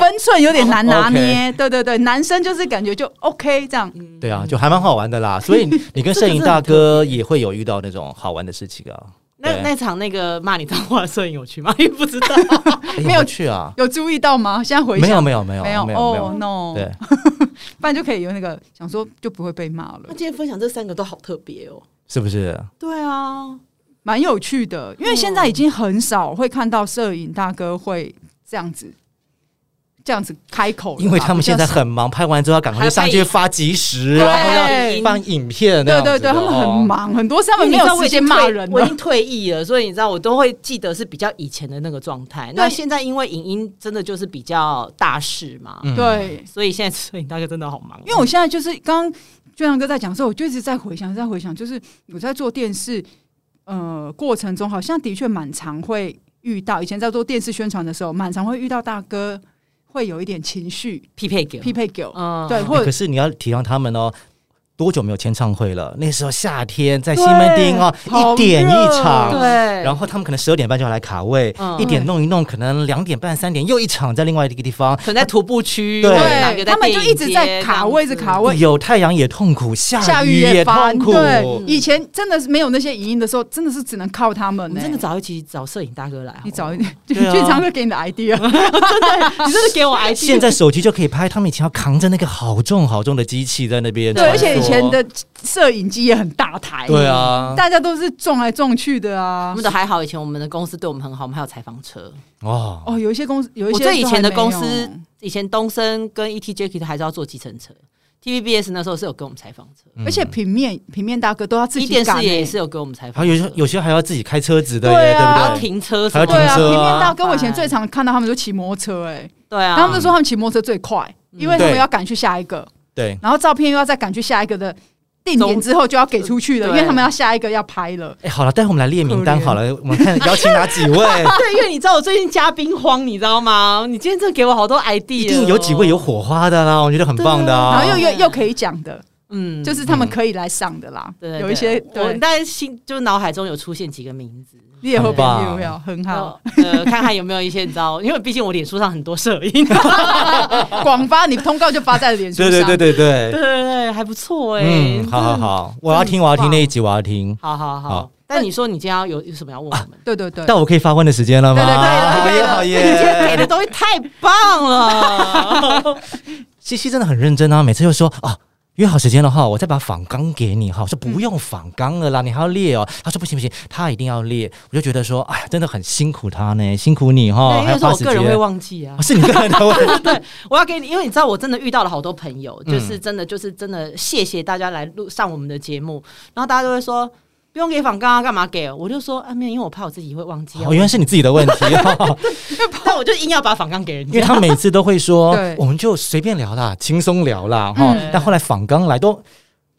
[SPEAKER 2] 分寸有点难拿
[SPEAKER 3] 哦 OK 嗯
[SPEAKER 2] 捏，对对对，男生就是感觉就 OK 这样，
[SPEAKER 3] 对啊，就还蛮好玩的啦。所以你跟摄影大哥也会有遇到那种好玩的事情啊。
[SPEAKER 1] 那
[SPEAKER 3] 对
[SPEAKER 1] 那场那个骂你脏话的摄影有去吗？也 <laughs> 不知道，
[SPEAKER 3] 哎
[SPEAKER 2] 没有
[SPEAKER 3] 去啊？
[SPEAKER 2] 有注意到吗？现在回想
[SPEAKER 3] 没有没有没有
[SPEAKER 2] 没
[SPEAKER 3] 没有没
[SPEAKER 2] 哦
[SPEAKER 3] 有，
[SPEAKER 2] no，
[SPEAKER 3] 对，
[SPEAKER 2] 不然就可以有那个想说就不会被骂
[SPEAKER 1] 那
[SPEAKER 2] 了，
[SPEAKER 1] <laughs> 今天分享这三个都好特别哦。
[SPEAKER 3] 是不是？
[SPEAKER 1] 对啊，
[SPEAKER 2] 蛮有趣的。因为现在已经很少会看到摄影大哥会这样子这样子开口了吧，
[SPEAKER 3] 因为他们现在
[SPEAKER 2] 比较少
[SPEAKER 3] 很忙，拍完之后要赶快上去发即时，
[SPEAKER 2] 对
[SPEAKER 3] 然后要放影片那
[SPEAKER 2] 对
[SPEAKER 3] 样子
[SPEAKER 2] 对
[SPEAKER 3] 的，
[SPEAKER 2] 对，他们
[SPEAKER 3] 哦
[SPEAKER 2] 很。忙，很多是他们
[SPEAKER 1] 因为你
[SPEAKER 2] 没
[SPEAKER 1] 知道
[SPEAKER 2] 有
[SPEAKER 1] 我
[SPEAKER 2] 时
[SPEAKER 1] 已
[SPEAKER 2] 间
[SPEAKER 1] 经
[SPEAKER 2] 骂
[SPEAKER 1] 退
[SPEAKER 2] 人
[SPEAKER 1] 我已
[SPEAKER 2] 了
[SPEAKER 1] 经。退役了，所以你知道我都会记得是比较以前的那个状态。那
[SPEAKER 2] 对
[SPEAKER 1] 现在因为影音真的就是比较大事嘛，
[SPEAKER 3] 嗯，
[SPEAKER 2] 对，
[SPEAKER 1] 所以现在摄影大哥真的好忙哦，
[SPEAKER 2] 因为我现在就是刚刚俊阳哥在讲的时候，我就一直在回想，在回想，就是我在做电视呃过程中，好像的确蛮常会遇到，以前在做电视宣传的时候，蛮常会遇到大哥会有一点情绪
[SPEAKER 1] 匹配给
[SPEAKER 2] 匹配给我，
[SPEAKER 1] 嗯
[SPEAKER 2] 对，
[SPEAKER 3] 哎
[SPEAKER 2] 或
[SPEAKER 3] 可
[SPEAKER 2] 者
[SPEAKER 3] 是你要体谅他们哦。多久没有签唱会了？那时候夏天在西门町哦，
[SPEAKER 2] 对好
[SPEAKER 3] 一点一
[SPEAKER 2] 热
[SPEAKER 3] 场，
[SPEAKER 1] 对，
[SPEAKER 3] 然后他们可能十二点半就要来卡位，
[SPEAKER 1] 嗯
[SPEAKER 3] 一点弄一弄，可能两点半、三点又一场在另外一个地方。
[SPEAKER 1] 可能在徒步区，
[SPEAKER 3] 对
[SPEAKER 1] 或者哪个
[SPEAKER 2] 对，
[SPEAKER 1] 在
[SPEAKER 2] 他们就
[SPEAKER 1] 电
[SPEAKER 2] 一
[SPEAKER 1] 影
[SPEAKER 2] 直
[SPEAKER 1] 街
[SPEAKER 2] 在卡位，一直卡位。
[SPEAKER 3] 有太阳也痛苦，下
[SPEAKER 2] 下
[SPEAKER 3] 雨
[SPEAKER 2] 也烦
[SPEAKER 3] 痛苦。
[SPEAKER 2] 对，以前真的是没有那些影音的时候，真的是只能靠他们
[SPEAKER 1] 我
[SPEAKER 2] 呢、
[SPEAKER 1] 哦们真的找一起找摄影大哥来好了，
[SPEAKER 2] 你找一点，俊
[SPEAKER 3] 对啊
[SPEAKER 2] 昌哥给你的 idea，
[SPEAKER 1] <laughs> 你真的给我 idea。
[SPEAKER 3] 现在手机就可以拍，他们以前要扛着那个好重好重的机器在那边
[SPEAKER 2] 对，
[SPEAKER 3] 穿梭。
[SPEAKER 2] 而且以前的摄影机也很大台，
[SPEAKER 3] 对啊，
[SPEAKER 2] 大家都是撞来撞去的啊
[SPEAKER 1] 我们。的还好，以前我们的公司对我们很好，我们还有采访车。
[SPEAKER 3] 哦，
[SPEAKER 2] 哦，有一些公司，有一
[SPEAKER 1] 我
[SPEAKER 2] 些
[SPEAKER 1] 最以前的
[SPEAKER 2] 都还
[SPEAKER 1] 公
[SPEAKER 2] 没有
[SPEAKER 1] 司，以前东升跟 ET Jacky 都还是要坐计程车，TVBS 那时候是有给我们采访车，
[SPEAKER 3] 嗯
[SPEAKER 2] 而且平面平面大哥都要自
[SPEAKER 1] 一
[SPEAKER 2] 己
[SPEAKER 1] 电视
[SPEAKER 2] 赶
[SPEAKER 1] 也
[SPEAKER 2] 欸。
[SPEAKER 1] 是有给我们采
[SPEAKER 3] 还
[SPEAKER 1] 访车，
[SPEAKER 3] 有些有些还要自己开车子的耶，
[SPEAKER 2] 对啊
[SPEAKER 1] 还
[SPEAKER 3] 对
[SPEAKER 1] 要
[SPEAKER 3] 不对？
[SPEAKER 1] 停车什
[SPEAKER 3] 还
[SPEAKER 1] 么
[SPEAKER 3] 要
[SPEAKER 1] 的，
[SPEAKER 2] 对啊，
[SPEAKER 3] 停车
[SPEAKER 2] 平
[SPEAKER 3] 啊
[SPEAKER 2] 面大哥，我以前最常看到他们就骑摩托车，哎，
[SPEAKER 1] 对啊，嗯
[SPEAKER 2] 他们就说他们骑摩托车最快，因为他们
[SPEAKER 3] 对
[SPEAKER 2] 要赶去下一个，
[SPEAKER 3] 对，
[SPEAKER 2] 然后照片又要再赶去下一个的定点之后就要给出去了，因
[SPEAKER 1] 对，
[SPEAKER 2] 为他们要下一个要拍了。
[SPEAKER 3] 哎，好了，待会我们来列名单
[SPEAKER 2] 可怜
[SPEAKER 3] 好了，我们看邀请哪几
[SPEAKER 2] <laughs>
[SPEAKER 1] <laughs>
[SPEAKER 3] 位
[SPEAKER 1] 对，因为你知道我最近嘉宾荒，你知道吗？你今天真的给我好多哦 ID，
[SPEAKER 3] 一定有几位有火花的啦，我觉得很棒的
[SPEAKER 2] 然后
[SPEAKER 3] 啊
[SPEAKER 2] 又。
[SPEAKER 1] 对
[SPEAKER 2] 又又可以讲的，
[SPEAKER 1] 嗯，
[SPEAKER 2] 就是他们可以来上的啦。
[SPEAKER 1] 对对
[SPEAKER 2] 有一些
[SPEAKER 1] 对啊我
[SPEAKER 2] 对，
[SPEAKER 1] 大概心就脑海中有出现几个名字，
[SPEAKER 2] 你也会
[SPEAKER 3] 很棒
[SPEAKER 2] 有没有很好？
[SPEAKER 1] 呃，看看有没有一些你知道，因为毕竟我脸书上很多摄影，啊哦
[SPEAKER 2] 广发，你通告就发在脸书
[SPEAKER 3] 对
[SPEAKER 2] 上。
[SPEAKER 3] 对对对
[SPEAKER 1] 对
[SPEAKER 3] 对，
[SPEAKER 1] 对对，还不错哎、
[SPEAKER 3] 嗯，好好好，我要听，我要听
[SPEAKER 1] 棒
[SPEAKER 3] 那一集，我要听。
[SPEAKER 2] 嗯
[SPEAKER 1] 好好好
[SPEAKER 3] 好。
[SPEAKER 1] 但你说你今天要有有什么要问我 <laughs> 们？
[SPEAKER 2] 对对对
[SPEAKER 3] 到我可以发问的时间了吗？
[SPEAKER 2] 对对对
[SPEAKER 3] 好
[SPEAKER 2] 对对
[SPEAKER 3] 耶好
[SPEAKER 1] 你今
[SPEAKER 2] <laughs>
[SPEAKER 1] 天给的
[SPEAKER 3] 耶！
[SPEAKER 1] 东西太棒了，
[SPEAKER 3] 西西真的很认真啊，每次就说啊。约好时间了哈，我再把访纲给你哈。我说不用访纲了啦，你还要列哦。他说不行不行，他一定要列。我就觉得说，哎呀，真的很辛苦他呢，辛苦你哈，
[SPEAKER 1] 对，因为
[SPEAKER 3] 还要
[SPEAKER 1] 是
[SPEAKER 3] 花
[SPEAKER 1] 我
[SPEAKER 3] 时
[SPEAKER 1] 个
[SPEAKER 3] 间。
[SPEAKER 1] 人会忘记啊
[SPEAKER 3] <laughs> 哦。是你个人的问
[SPEAKER 1] <laughs>
[SPEAKER 3] 题
[SPEAKER 1] 我要给你，因为你知道我真的遇到了好多朋友，
[SPEAKER 3] 嗯
[SPEAKER 1] 就是真的就是真的谢谢大家来录上我们的节目，然后大家都会说不用给访纲啊，干嘛给？我就说啊没有，因为我怕我自己会忘记啊。
[SPEAKER 3] 哦，原来是你自己的问题哦。
[SPEAKER 1] <laughs> 但我就硬要把访纲给人
[SPEAKER 3] 因为
[SPEAKER 1] <laughs> 家。
[SPEAKER 3] 他每次都会说
[SPEAKER 2] 对，
[SPEAKER 3] 我们就随便聊啦，轻松聊啦哈。
[SPEAKER 2] 嗯
[SPEAKER 3] 但后来访纲来都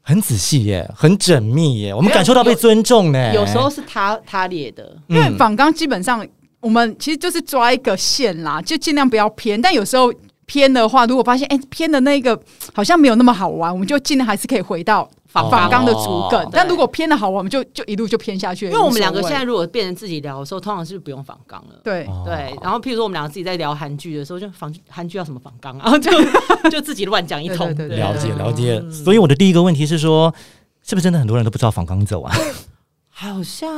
[SPEAKER 3] 很仔细耶，很缜密耶，我们感受到被尊重呢。
[SPEAKER 1] 有时候是他他列的，
[SPEAKER 2] 因为
[SPEAKER 3] 嗯
[SPEAKER 2] 仿纲基本上我们其实就是抓一个线啦，就尽量不要偏。但有时候偏的话，如果发现哎、偏的那个好像没有那么好玩，我们就尽量还是可以回到
[SPEAKER 1] 仿
[SPEAKER 2] 仿纲的
[SPEAKER 3] 哦
[SPEAKER 2] 主梗。
[SPEAKER 1] 对
[SPEAKER 2] 但如果偏的好玩，我们就就一路就偏下去了，
[SPEAKER 1] 因为我
[SPEAKER 2] 无
[SPEAKER 1] 们
[SPEAKER 2] 所
[SPEAKER 1] 两个
[SPEAKER 2] 谓
[SPEAKER 1] 现在如果变成自己聊的时候，通常是不用访纲了。
[SPEAKER 2] 对
[SPEAKER 3] 哦
[SPEAKER 1] 对，然后譬如说我们两个自己在聊韩剧的时候，就仿韩剧要什么仿纲啊， <laughs> 就就自己乱讲一通。
[SPEAKER 2] 对对对
[SPEAKER 3] 了解
[SPEAKER 2] 啊
[SPEAKER 3] 了解。
[SPEAKER 1] 嗯
[SPEAKER 3] 所以我的第一个问题是说，是不是真的很多人都不知道仿纲走啊？
[SPEAKER 1] 好像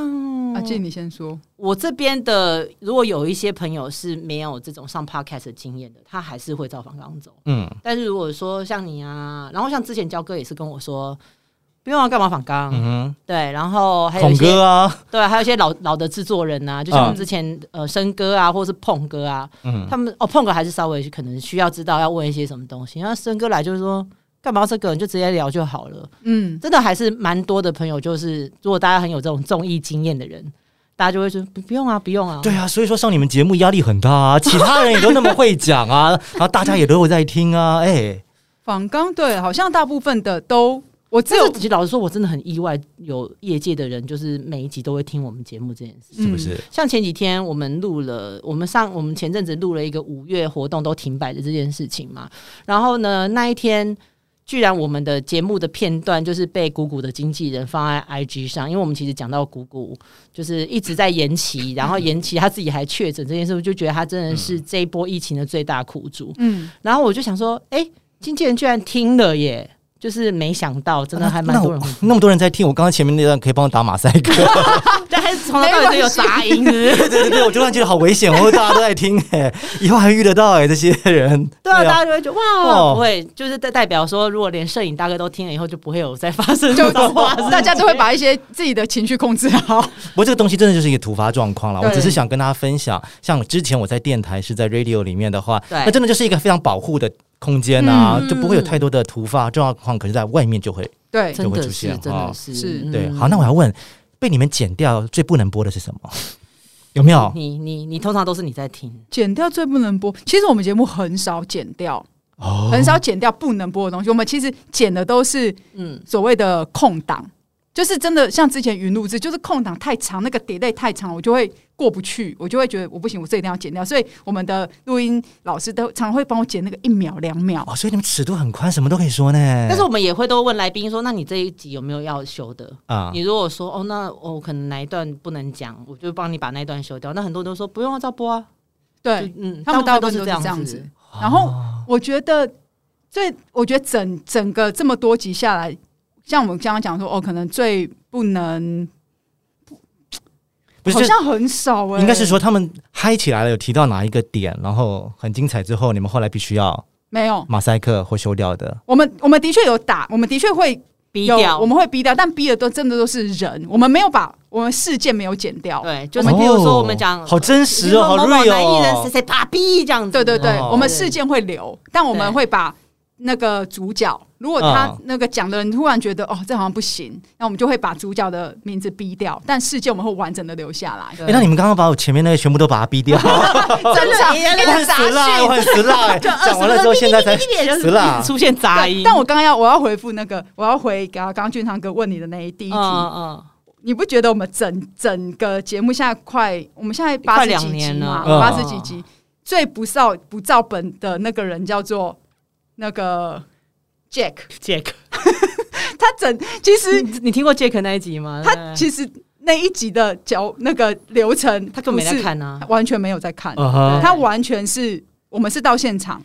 [SPEAKER 2] 阿静、你先说，
[SPEAKER 1] 我这边的，如果有一些朋友是没有这种上 podcast 的经验的，他还是会照仿纲走。
[SPEAKER 3] 嗯，
[SPEAKER 1] 但是如果说像你啊，然后像之前焦哥也是跟我说，不用要啊干嘛仿纲，
[SPEAKER 3] 嗯
[SPEAKER 1] 对，然后还
[SPEAKER 3] 哼，
[SPEAKER 1] 有一
[SPEAKER 3] 孔
[SPEAKER 1] 些
[SPEAKER 3] 哥啊，
[SPEAKER 1] 对，还有一些老老的制作人啊，就像我们
[SPEAKER 2] 嗯
[SPEAKER 1] 之前、呃生哥啊，或是碰哥啊，
[SPEAKER 3] 嗯，
[SPEAKER 1] 他们哦碰哥还是稍微可能需要知道要问一些什么东西。然后生哥来就是说干嘛要这个，你就直接聊就好了。
[SPEAKER 2] 嗯，
[SPEAKER 1] 真的还是蛮多的朋友，就是如果大家很有这种综艺经验的人，大家就会说不不用啊，不用啊。
[SPEAKER 3] 对啊，所以说上你们节目压力很大
[SPEAKER 1] <laughs>
[SPEAKER 3] 啊，其他人也都那么会讲啊，然后大家也都有在听啊，哎，
[SPEAKER 2] 仿纲对，好像大部分的都我只
[SPEAKER 1] 但
[SPEAKER 2] 有
[SPEAKER 1] 是其实老实说，我真的很意外，有业界的人就是每一集都会听我们节目这件事。
[SPEAKER 2] 嗯
[SPEAKER 3] 是不是？
[SPEAKER 1] 像前几天我们录了，我们上我们前阵子录了一个五月活动都停摆的这件事情嘛，然后呢那一天。居然我们的节目的片段就是被谷谷的经纪人放在 IG 上，因为我们其实讲到谷谷就是一直在延期，然后延期他自己还确诊这件事，我就觉得他真的是这一波疫情的最大苦主。
[SPEAKER 2] 嗯，
[SPEAKER 1] 然后我就想说，哎、经纪人居然听了耶，
[SPEAKER 3] 啊
[SPEAKER 1] 就是没想到，真的还蛮多人会 <laughs>
[SPEAKER 3] <laughs> 那我那么多人在听，我刚刚前面那段可以帮我打马赛克，
[SPEAKER 1] 但还是从头到尾都有杂音，是不是
[SPEAKER 3] 对对对，我突然觉得好危险哦，大家都在听哎、以后还遇得到哎、这些人。
[SPEAKER 1] 对啊，大家就会觉得
[SPEAKER 3] 哦
[SPEAKER 1] 哇，不会，就是代代表说，如果连摄影大哥都听了以后，就不会有再发生
[SPEAKER 2] 就
[SPEAKER 1] 这种话，
[SPEAKER 2] 大家都会把一些自己的情绪控制
[SPEAKER 1] <laughs>
[SPEAKER 2] 好。
[SPEAKER 3] 不过这个东西真的就是一个突发状况了，我
[SPEAKER 2] 对
[SPEAKER 3] 只是想跟大家分享，像之前我在电台是在 radio 里面的话，
[SPEAKER 1] 对
[SPEAKER 3] 那真的就是一个非常保护的空间啊，
[SPEAKER 1] 嗯
[SPEAKER 3] 就不会有太多的突发状况，可是在外面就会。
[SPEAKER 2] 对，
[SPEAKER 1] 真
[SPEAKER 3] 就会
[SPEAKER 1] 的
[SPEAKER 3] 出
[SPEAKER 1] 是
[SPEAKER 3] 现
[SPEAKER 1] 真
[SPEAKER 3] 哦
[SPEAKER 1] 的是
[SPEAKER 2] 是
[SPEAKER 1] 嗯
[SPEAKER 3] 对，好，那我要问，被你们剪掉最不能播的
[SPEAKER 1] <laughs>
[SPEAKER 3] 是什么？有没有？
[SPEAKER 1] 你你你通常都是你在听，
[SPEAKER 2] 剪掉最不能播。其实我们节目很少剪掉，
[SPEAKER 3] 哦
[SPEAKER 2] 很少剪掉不能播的东西。我们其实剪的都是
[SPEAKER 1] 嗯，
[SPEAKER 2] 所谓的空档，就是真的像之前云录制，就是空档太长，那个 delay 太长，我就会过不去，我就会觉得我不行，我这一定要剪掉。所以我们的录音老师都常会帮我剪那个一秒、两秒。
[SPEAKER 3] 哦，所以你们尺度很宽，什么都可以说呢。
[SPEAKER 1] 但是我们也会都问来宾说，那你这一集有没有要修的？
[SPEAKER 3] 啊
[SPEAKER 1] 你，如果说哦，那我可能哪一段不能讲，我就帮你把那一段修掉。那很多人都说不用啊，照播啊，就
[SPEAKER 2] 对，
[SPEAKER 1] 嗯，
[SPEAKER 2] 他们
[SPEAKER 1] 大
[SPEAKER 2] 大
[SPEAKER 1] 部分都
[SPEAKER 2] 部分都是
[SPEAKER 1] 这
[SPEAKER 2] 这样
[SPEAKER 1] 子
[SPEAKER 2] 子。然后
[SPEAKER 3] 啊
[SPEAKER 2] 我觉得最，我觉得整整个这么多集下来，像我们刚刚讲说，哦，可能最不能，
[SPEAKER 3] 不是
[SPEAKER 2] 好
[SPEAKER 3] 就
[SPEAKER 2] 像很少哎、
[SPEAKER 3] 应该是说他们嗨起来了，有提到哪一个点，然后很精彩之后，你们后来必须要
[SPEAKER 2] 没有。
[SPEAKER 3] 马赛克或修掉的。
[SPEAKER 2] 我们我们的确有打，我们的确会
[SPEAKER 1] 逼
[SPEAKER 2] 有，
[SPEAKER 1] 掉
[SPEAKER 2] 我们会逼掉，但逼的都真的都是人，我们没有把我们事件没有剪掉。
[SPEAKER 1] 对，就是比如说我们讲
[SPEAKER 3] 哦好真实哦，好
[SPEAKER 1] 某某
[SPEAKER 3] real
[SPEAKER 1] 男艺人谁
[SPEAKER 3] 哦。
[SPEAKER 1] 谁啪逼这样子，
[SPEAKER 2] 对对对，
[SPEAKER 3] 哦
[SPEAKER 2] 我们事件会留，但我们
[SPEAKER 1] 对
[SPEAKER 2] 会把那个主角，如果他
[SPEAKER 3] 嗯
[SPEAKER 2] 那个讲的人突然觉得哦，这好像不行，那我们就会把主角的名字逼掉，但事件我们会完整的留下来。
[SPEAKER 1] 对
[SPEAKER 3] 哎，那你们刚刚把我前面那个全部都把它逼
[SPEAKER 1] <laughs>
[SPEAKER 3] 掉，我
[SPEAKER 2] 真的，
[SPEAKER 1] 也
[SPEAKER 2] 一
[SPEAKER 3] 很
[SPEAKER 2] 个杂
[SPEAKER 3] 死
[SPEAKER 1] <laughs>
[SPEAKER 3] 辣，我
[SPEAKER 2] 讯。
[SPEAKER 3] 很死辣。哎讲完了之后，现在才死辣。
[SPEAKER 1] 出现杂音
[SPEAKER 2] 对。但我刚刚要我要回复那个，我要回刚刚俊昌哥问你的那一第一题，
[SPEAKER 1] 嗯
[SPEAKER 2] 你不觉得我们整整个节目现在快，我们现在八
[SPEAKER 1] 快
[SPEAKER 2] 十
[SPEAKER 1] 两
[SPEAKER 2] 几集
[SPEAKER 1] 年
[SPEAKER 2] 嘛，
[SPEAKER 3] 了
[SPEAKER 2] 八
[SPEAKER 1] 嗯
[SPEAKER 2] 十几集，最不照不照本的那个人叫做那个 Jack， <laughs>
[SPEAKER 1] ，Jack，
[SPEAKER 2] 他整其实
[SPEAKER 1] 你你听过 Jack 那一集吗？
[SPEAKER 2] 他
[SPEAKER 1] 实
[SPEAKER 2] 其实那一集的脚那个流程，
[SPEAKER 1] 他根本没在
[SPEAKER 2] 不是，
[SPEAKER 1] 看哦啊
[SPEAKER 2] 他，完全没有在看，
[SPEAKER 3] 嗯哼，
[SPEAKER 2] 他完全是我们是到现场，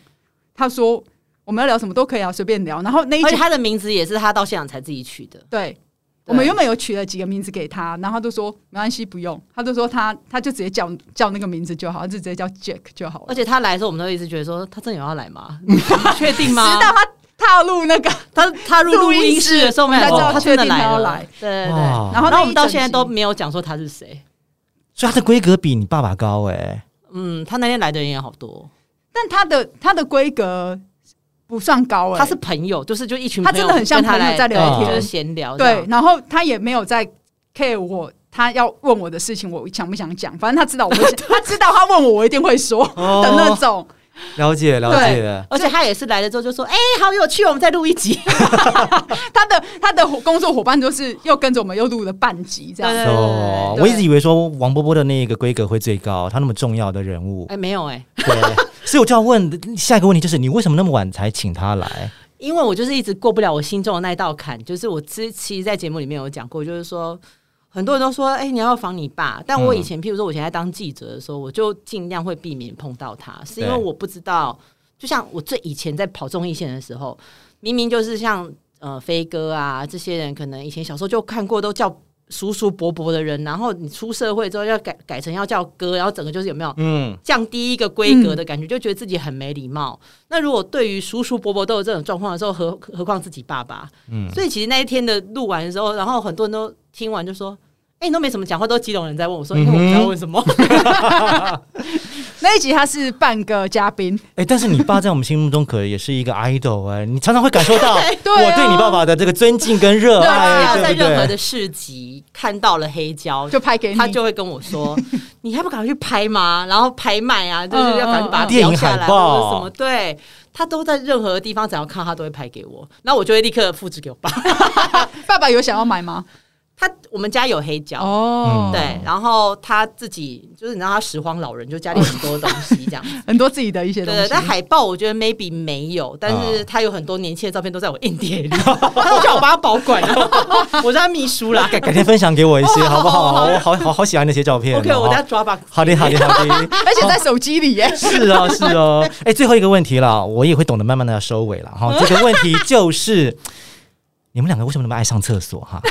[SPEAKER 2] 他说我们要聊什么都可以啊，随便聊，然后那一
[SPEAKER 1] 而且
[SPEAKER 2] 集
[SPEAKER 1] 他的名字也是他到现场才自己取的。
[SPEAKER 2] 对。我们原本有取了几个名字给他，然后他都说没关系，不用。他就说他他就直接叫叫那个名字就好，他就直接叫 Jack 就好了
[SPEAKER 1] 而。且他来的时候，我们都一直觉得说他真的有要来吗？你确定吗？
[SPEAKER 2] 直到他踏入那个，
[SPEAKER 1] 他他入录音室的时候，我们俩
[SPEAKER 3] 录
[SPEAKER 1] 哦
[SPEAKER 3] 音室我们才知道
[SPEAKER 1] 他真的
[SPEAKER 2] 确定他
[SPEAKER 1] 来
[SPEAKER 2] 要
[SPEAKER 1] 了
[SPEAKER 2] 来。
[SPEAKER 1] 对对对。
[SPEAKER 3] 哇
[SPEAKER 1] 然
[SPEAKER 2] 然
[SPEAKER 1] 后
[SPEAKER 2] 后那
[SPEAKER 1] 哦我们到
[SPEAKER 2] 一整
[SPEAKER 1] 现在
[SPEAKER 2] 集
[SPEAKER 1] 都没有讲说他是谁。
[SPEAKER 3] 所以它的规格比你爸爸高哎。
[SPEAKER 1] 嗯，他那天来的人也好多，
[SPEAKER 2] 但他的他的规格不算高哎、
[SPEAKER 1] 他是朋友，就是就一群
[SPEAKER 2] 他
[SPEAKER 1] 朋友
[SPEAKER 2] 真的很像
[SPEAKER 1] 跟他
[SPEAKER 2] 朋友
[SPEAKER 1] 来
[SPEAKER 2] 在聊
[SPEAKER 1] 对
[SPEAKER 3] 天
[SPEAKER 1] 就是闲聊哦这样。
[SPEAKER 2] 对，然后他也没有在 care 我，他要问我的事情，我想不想讲，反正他知道我
[SPEAKER 1] <laughs>
[SPEAKER 2] 会，他知道他问我，我一定会说
[SPEAKER 3] 哦
[SPEAKER 2] 的那种。
[SPEAKER 3] 了解了解。
[SPEAKER 1] 而且他也是来了之后就说：“哎、好有趣，我们再录一集。
[SPEAKER 2] 他的他的工作伙伴就是又跟着我们又录了半集这样。
[SPEAKER 1] 对对对
[SPEAKER 3] 哦，
[SPEAKER 2] 对
[SPEAKER 3] 我一直以为说王波波的那个规格会最高，他那么重要的人物”
[SPEAKER 1] 哎、，没有哎、
[SPEAKER 3] 对，所以我就要问下一个问题，就是你为什么那么晚才请他来？
[SPEAKER 1] 因为我就是一直过不了我心中的那一道坎，就是我之其实在节目里面有讲过，就是说很多人都说，哎、你要防你爸，但我以前，譬如说我以前在当记者的时候，我就尽量会避免碰到他，是因为
[SPEAKER 3] 对
[SPEAKER 1] 我不知道，就像我最以前在跑综艺线的时候，明明就是像呃飞哥啊这些人，可能以前小时候就看过，都叫。叔叔伯伯的人，然后你出社会之后要改改成要叫哥，然后整个就是有没有
[SPEAKER 3] 嗯，
[SPEAKER 1] 降低一个规格的感觉，就觉得自己很没礼貌。那如果对于叔叔伯伯都有这种状况的时候，何何况自己爸爸？
[SPEAKER 3] 嗯
[SPEAKER 1] 所以其实那一天的录完的时候，然后很多人都听完就说：“哎、你都没什么讲话，都基隆人在问我说，因、为我
[SPEAKER 3] 嗯
[SPEAKER 1] 不知道问什
[SPEAKER 3] <laughs>
[SPEAKER 1] 么。 <laughs>
[SPEAKER 3] 哎
[SPEAKER 2] 那一集他是半个嘉宾，
[SPEAKER 3] 哎、但是你爸在我们心目中可也是一个 idol 哎、你常常会感受到
[SPEAKER 2] 对啊
[SPEAKER 3] 我对你爸爸的这个尊敬跟热
[SPEAKER 1] 对，
[SPEAKER 3] 爱，
[SPEAKER 1] 要在
[SPEAKER 3] 对不
[SPEAKER 1] 任何的
[SPEAKER 3] 对？
[SPEAKER 1] 市集看到了黑胶，
[SPEAKER 2] 就拍给
[SPEAKER 1] 哦
[SPEAKER 2] 你，
[SPEAKER 1] 他就会跟我说：“你还不赶快去拍吗？然后拍卖啊，就是要赶快把它
[SPEAKER 3] 嗯嗯嗯电
[SPEAKER 1] 标
[SPEAKER 3] 影
[SPEAKER 1] 下来，
[SPEAKER 3] 海
[SPEAKER 1] 或
[SPEAKER 3] 报
[SPEAKER 1] 者什么。”对，他都在任何地方，只要看到他都会拍给我，然后我就会立刻复制给我爸。 <laughs>
[SPEAKER 2] 爸爸有想要买吗？
[SPEAKER 1] 他我们家有黑胶，嗯
[SPEAKER 2] 哦，
[SPEAKER 1] 对，然后他自己就是你知道他拾荒老人，就家里有很多东西这样子。
[SPEAKER 2] 很多自己的一
[SPEAKER 1] 对
[SPEAKER 2] 些东
[SPEAKER 1] 对，
[SPEAKER 2] 西。
[SPEAKER 1] 但海报我觉得 maybe 没有，但
[SPEAKER 3] 嗯
[SPEAKER 1] 是他有很多年轻的照片都在我硬
[SPEAKER 3] <laughs>
[SPEAKER 1] 碟里，他都叫我帮他保管，啊我是他秘书
[SPEAKER 3] <laughs>
[SPEAKER 1] 啦。
[SPEAKER 3] 改天分享给我一些
[SPEAKER 1] 哦
[SPEAKER 3] 好不
[SPEAKER 1] 好好好
[SPEAKER 3] 好？我好好好喜欢那些照片哦。
[SPEAKER 1] OK，我等下抓吧。
[SPEAKER 3] 好的好的好的。
[SPEAKER 2] 而且在手机
[SPEAKER 1] <laughs>
[SPEAKER 2] 里耶，
[SPEAKER 3] 是啊，是啊，哎、最后一个问题了，我也会懂得慢慢的收尾了哈。这个问题就是，你们两个为什么那么爱上厕所哈？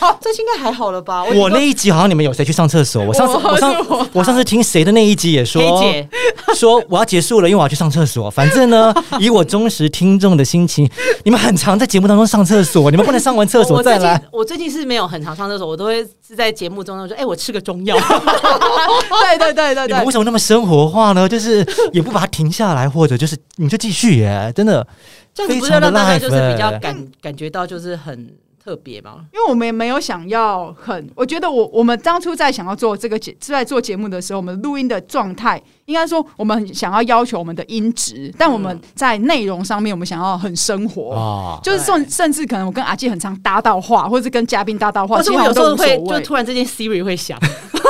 [SPEAKER 1] 这哦应该还好了吧？
[SPEAKER 3] 我那一集好像你们有谁去上厕所？我上次
[SPEAKER 2] 我
[SPEAKER 3] 我上
[SPEAKER 2] 是我
[SPEAKER 3] 我上次听谁的那一集也说
[SPEAKER 1] 黑姐，
[SPEAKER 3] 说我要结束了，因为我要去上厕所。反
[SPEAKER 2] <laughs>
[SPEAKER 3] 正呢，以我忠实听众的心情，你们很常在节目当中上厕所，你们不能上完厕
[SPEAKER 1] 我
[SPEAKER 3] 所
[SPEAKER 1] 最
[SPEAKER 3] 再
[SPEAKER 1] 近
[SPEAKER 3] 来。
[SPEAKER 1] 我最近是没有很常上厕所，我都会是在节目中说，哎、我吃个
[SPEAKER 3] <laughs>
[SPEAKER 1] 中药，
[SPEAKER 2] 对对对对
[SPEAKER 3] 你们
[SPEAKER 2] 对
[SPEAKER 3] 为，什么那么生活化呢？就是也不把它停下来，或者就是你就继续耶，真的
[SPEAKER 1] 这样子不是
[SPEAKER 3] 非常的
[SPEAKER 1] 让大家就是
[SPEAKER 3] live
[SPEAKER 1] 比较
[SPEAKER 3] 欸
[SPEAKER 1] 感感觉到就是很特别吗？
[SPEAKER 2] 因为我们也没有想要很，我觉得我我们当初在想要做这个节在做节目的时候，我们录音的状态应该说我们很想要要求我们的音质，但我们在内容上面我们想要很生活。
[SPEAKER 1] 哦
[SPEAKER 3] 啊。
[SPEAKER 2] 就是甚甚至可能我跟阿季很常搭到话，或者是跟嘉宾搭到话，
[SPEAKER 1] 或
[SPEAKER 2] 其
[SPEAKER 1] 是
[SPEAKER 2] 实
[SPEAKER 1] 哦我有时
[SPEAKER 2] 都
[SPEAKER 1] 候
[SPEAKER 2] 无所
[SPEAKER 1] 会就
[SPEAKER 2] 谓。
[SPEAKER 1] 突然之间 Siri 会
[SPEAKER 3] <laughs>
[SPEAKER 1] 响，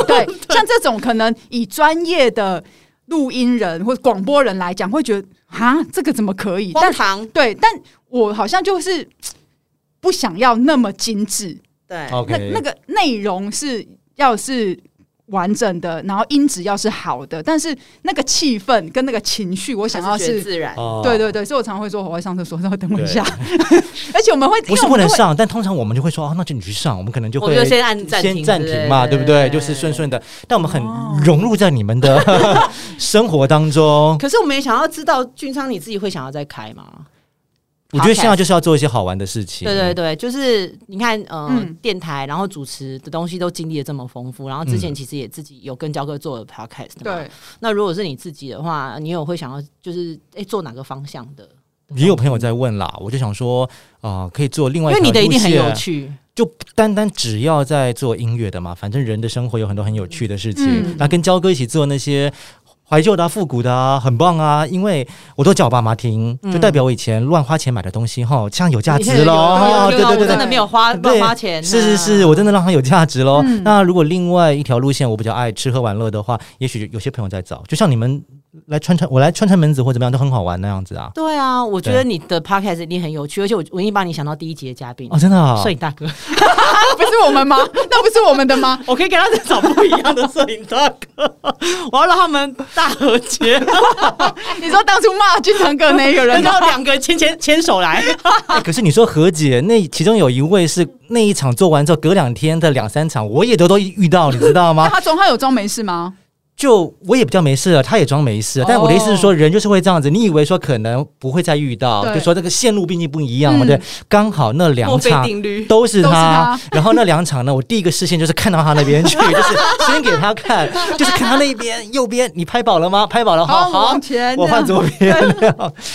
[SPEAKER 2] 对，像这种可能以专业的录音人或者广播人来讲，会觉得啊，这个怎么可以？
[SPEAKER 1] 荒
[SPEAKER 2] 但
[SPEAKER 1] 唐，
[SPEAKER 2] 对，但我好像就是不想要那么精致，
[SPEAKER 1] 对，
[SPEAKER 2] 那
[SPEAKER 3] OK，
[SPEAKER 2] 那个内容是要是完整的，然后音质要是好的，但是那个气氛跟那个情绪，我想要
[SPEAKER 1] 还是觉
[SPEAKER 2] 是
[SPEAKER 1] 得。自然。
[SPEAKER 3] 哦
[SPEAKER 2] 对对对，所以我常常会说我会上厕所，稍微等我一下。 <laughs> 而且我们会，
[SPEAKER 3] 不
[SPEAKER 2] 因
[SPEAKER 3] <laughs> 是
[SPEAKER 2] 为哎我
[SPEAKER 3] 不
[SPEAKER 2] 们
[SPEAKER 3] 能
[SPEAKER 2] 会
[SPEAKER 3] 上，但通常我们就会说哦，那就你去上，我们可能就
[SPEAKER 1] 我
[SPEAKER 3] 会
[SPEAKER 1] 们就先按暂停
[SPEAKER 3] 先暂停嘛，对
[SPEAKER 1] 对
[SPEAKER 3] 不
[SPEAKER 1] 不
[SPEAKER 3] 对？
[SPEAKER 1] 对
[SPEAKER 3] 就是顺顺
[SPEAKER 1] 哦
[SPEAKER 3] 的，但我们很融入在你们的
[SPEAKER 1] <laughs>
[SPEAKER 3] 生活当中。
[SPEAKER 1] 可是我们也想要知道，俊昌你自己会想要再开吗？
[SPEAKER 3] 我觉得
[SPEAKER 1] Podcast
[SPEAKER 3] 现在就是要做一些好玩的事情。
[SPEAKER 1] 对对对，就是你看，呃、
[SPEAKER 2] 嗯
[SPEAKER 1] 电台，然后主持的东西都经历的这么丰富，然后之前
[SPEAKER 3] 嗯
[SPEAKER 1] 其实也自己有跟焦哥做了 podcast 嘛。
[SPEAKER 2] 对，
[SPEAKER 1] 那如果是你自己的话，你有会想要就是哎、诶做哪个方向的？
[SPEAKER 3] 也有朋友在问啦，我就想说，啊、可以做另外
[SPEAKER 1] 因
[SPEAKER 3] 一
[SPEAKER 1] 为
[SPEAKER 3] 条
[SPEAKER 1] 你的一定很
[SPEAKER 3] 路线
[SPEAKER 1] 有趣，
[SPEAKER 3] 就不单单只要在做音乐的嘛，反正人的生活有很多很有趣的事情。
[SPEAKER 2] 嗯
[SPEAKER 3] 那跟焦哥一起做那些怀旧的、啊、复古的啊，很棒啊！因为我都叫我爸妈听，就代表我以前乱花钱买的东西哈，这样有价
[SPEAKER 1] 你现在嗯
[SPEAKER 3] 值
[SPEAKER 1] 有
[SPEAKER 3] 喽。
[SPEAKER 1] 有
[SPEAKER 3] 哦
[SPEAKER 1] 有
[SPEAKER 3] 对
[SPEAKER 1] 有
[SPEAKER 3] 对
[SPEAKER 1] 我
[SPEAKER 3] 对
[SPEAKER 1] 真
[SPEAKER 3] 对。
[SPEAKER 1] 的没有花
[SPEAKER 3] 对
[SPEAKER 1] 乱花啊钱。
[SPEAKER 3] 是是是，我真的让它有价值喽。
[SPEAKER 2] 嗯
[SPEAKER 3] 那如果另外一条路线我比较爱吃喝玩乐的话，也许有些朋友在找，就像你们来串串，我来串串门子或怎么样都很好玩那样子啊。
[SPEAKER 1] 对啊，我觉
[SPEAKER 3] 对
[SPEAKER 1] 得你的 podcast 一定很有趣，而且我我已经把你想到第一集的嘉宾
[SPEAKER 3] 哦，，真的、啊，
[SPEAKER 1] 摄影大哥， <laughs>
[SPEAKER 2] 不是我们吗？ <laughs> 那不是我们的吗？
[SPEAKER 1] 我可以给他再找不一样的摄影大哥， <laughs> 我要让他们大和 <laughs> 解，
[SPEAKER 2] 你说当初骂金城哥那个人
[SPEAKER 1] 然
[SPEAKER 3] <laughs>
[SPEAKER 2] 吗
[SPEAKER 1] 后？两个牵牵牵手来。
[SPEAKER 3] 哎，可是你说何姐，那其中有一位是那一场做完之后，隔两天的两三场，我也都都遇到，你知道
[SPEAKER 2] 那
[SPEAKER 3] 吗？
[SPEAKER 2] 他装他有装没事吗？
[SPEAKER 3] 就我也比较没事了，他也装没
[SPEAKER 1] 哦
[SPEAKER 3] 事了。但我的意思是说，人就是会这样子，你以为说可能不会再遇到，
[SPEAKER 2] 对
[SPEAKER 3] 就说这个线路毕竟不一样嘛，
[SPEAKER 2] 嗯
[SPEAKER 3] 对，刚好那
[SPEAKER 1] 墨
[SPEAKER 3] 两
[SPEAKER 1] 菲
[SPEAKER 3] 场。
[SPEAKER 1] 定律，
[SPEAKER 3] 都是
[SPEAKER 2] 都
[SPEAKER 1] <laughs>
[SPEAKER 2] 是
[SPEAKER 3] 他
[SPEAKER 2] 他，
[SPEAKER 3] 然后那两场呢，我第一个视线就是看到他那边去，就是先给他看，就是看他那边右边，你拍饱了吗？拍饱了，
[SPEAKER 1] 哦
[SPEAKER 2] 哦
[SPEAKER 3] 好哦好
[SPEAKER 2] 往，前，
[SPEAKER 3] 我换左边，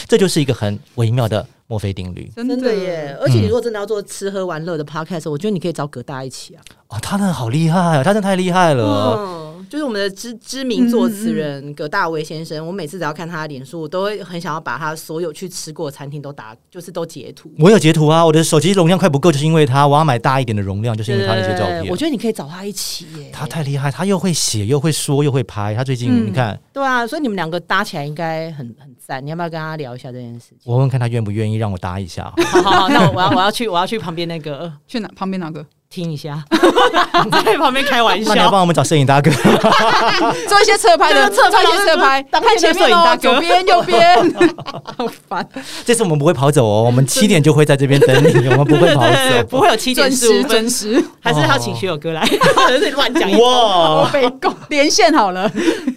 [SPEAKER 3] 这就是一个很微妙的墨菲定律。
[SPEAKER 2] 真
[SPEAKER 1] 真的耶！而且你如果真的要做吃喝玩乐的 podcast，、我觉得你可以找葛大一起啊。
[SPEAKER 3] 哦，他真的好厉害，他真的太厉害了。
[SPEAKER 1] 嗯，就是我们的知知名作词人葛大为先生，我每次只要看他的脸书，我都会很想要把他所有去吃过的餐厅都打，就是都截图。
[SPEAKER 3] 我有截图啊，我的手机容量快不够，就是因为他，我要买大一点的容量，就是因为他那些照
[SPEAKER 1] 对我
[SPEAKER 3] 片。
[SPEAKER 1] 觉得你可以找他一起耶。
[SPEAKER 3] 他太厉害，他又会写，又会说，又会拍。他最近
[SPEAKER 2] 嗯
[SPEAKER 3] 你看，
[SPEAKER 1] 对啊，所以你们两个搭起来应该很很赞。你要不要跟他聊一下这件
[SPEAKER 3] <laughs>
[SPEAKER 1] 事情？
[SPEAKER 3] 我问问看他愿不愿意让我搭
[SPEAKER 1] <laughs>
[SPEAKER 3] 一下。
[SPEAKER 1] 好好好，那我我要我要去我要去旁边那
[SPEAKER 3] <laughs>
[SPEAKER 1] 个
[SPEAKER 2] 去哪旁边哪个
[SPEAKER 1] 听一下，在旁边开玩
[SPEAKER 3] 那你要
[SPEAKER 1] 笑。
[SPEAKER 3] <laughs> 帮我们找摄影大哥，
[SPEAKER 2] 做一些侧拍的，
[SPEAKER 1] 对侧拍
[SPEAKER 2] 做一些侧拍，
[SPEAKER 1] 当
[SPEAKER 2] 看前
[SPEAKER 1] 摄
[SPEAKER 2] 面
[SPEAKER 1] 影
[SPEAKER 2] 哦
[SPEAKER 1] 大，
[SPEAKER 2] 左
[SPEAKER 1] 哥
[SPEAKER 2] 边右边，
[SPEAKER 3] <laughs>
[SPEAKER 2] 好烦。
[SPEAKER 3] 这次我们不会跑走哦，我们七点就会在这边等
[SPEAKER 1] <laughs>
[SPEAKER 3] 你，我们不会跑
[SPEAKER 1] 不
[SPEAKER 3] 走。
[SPEAKER 1] 会有七点
[SPEAKER 2] 准
[SPEAKER 1] 十
[SPEAKER 2] 时
[SPEAKER 1] 五分
[SPEAKER 2] 准，时，
[SPEAKER 1] 还是他请学友哥来， <laughs> 是乱讲一通
[SPEAKER 3] 哦
[SPEAKER 2] <laughs>
[SPEAKER 3] 哇，
[SPEAKER 2] 被告连线好了，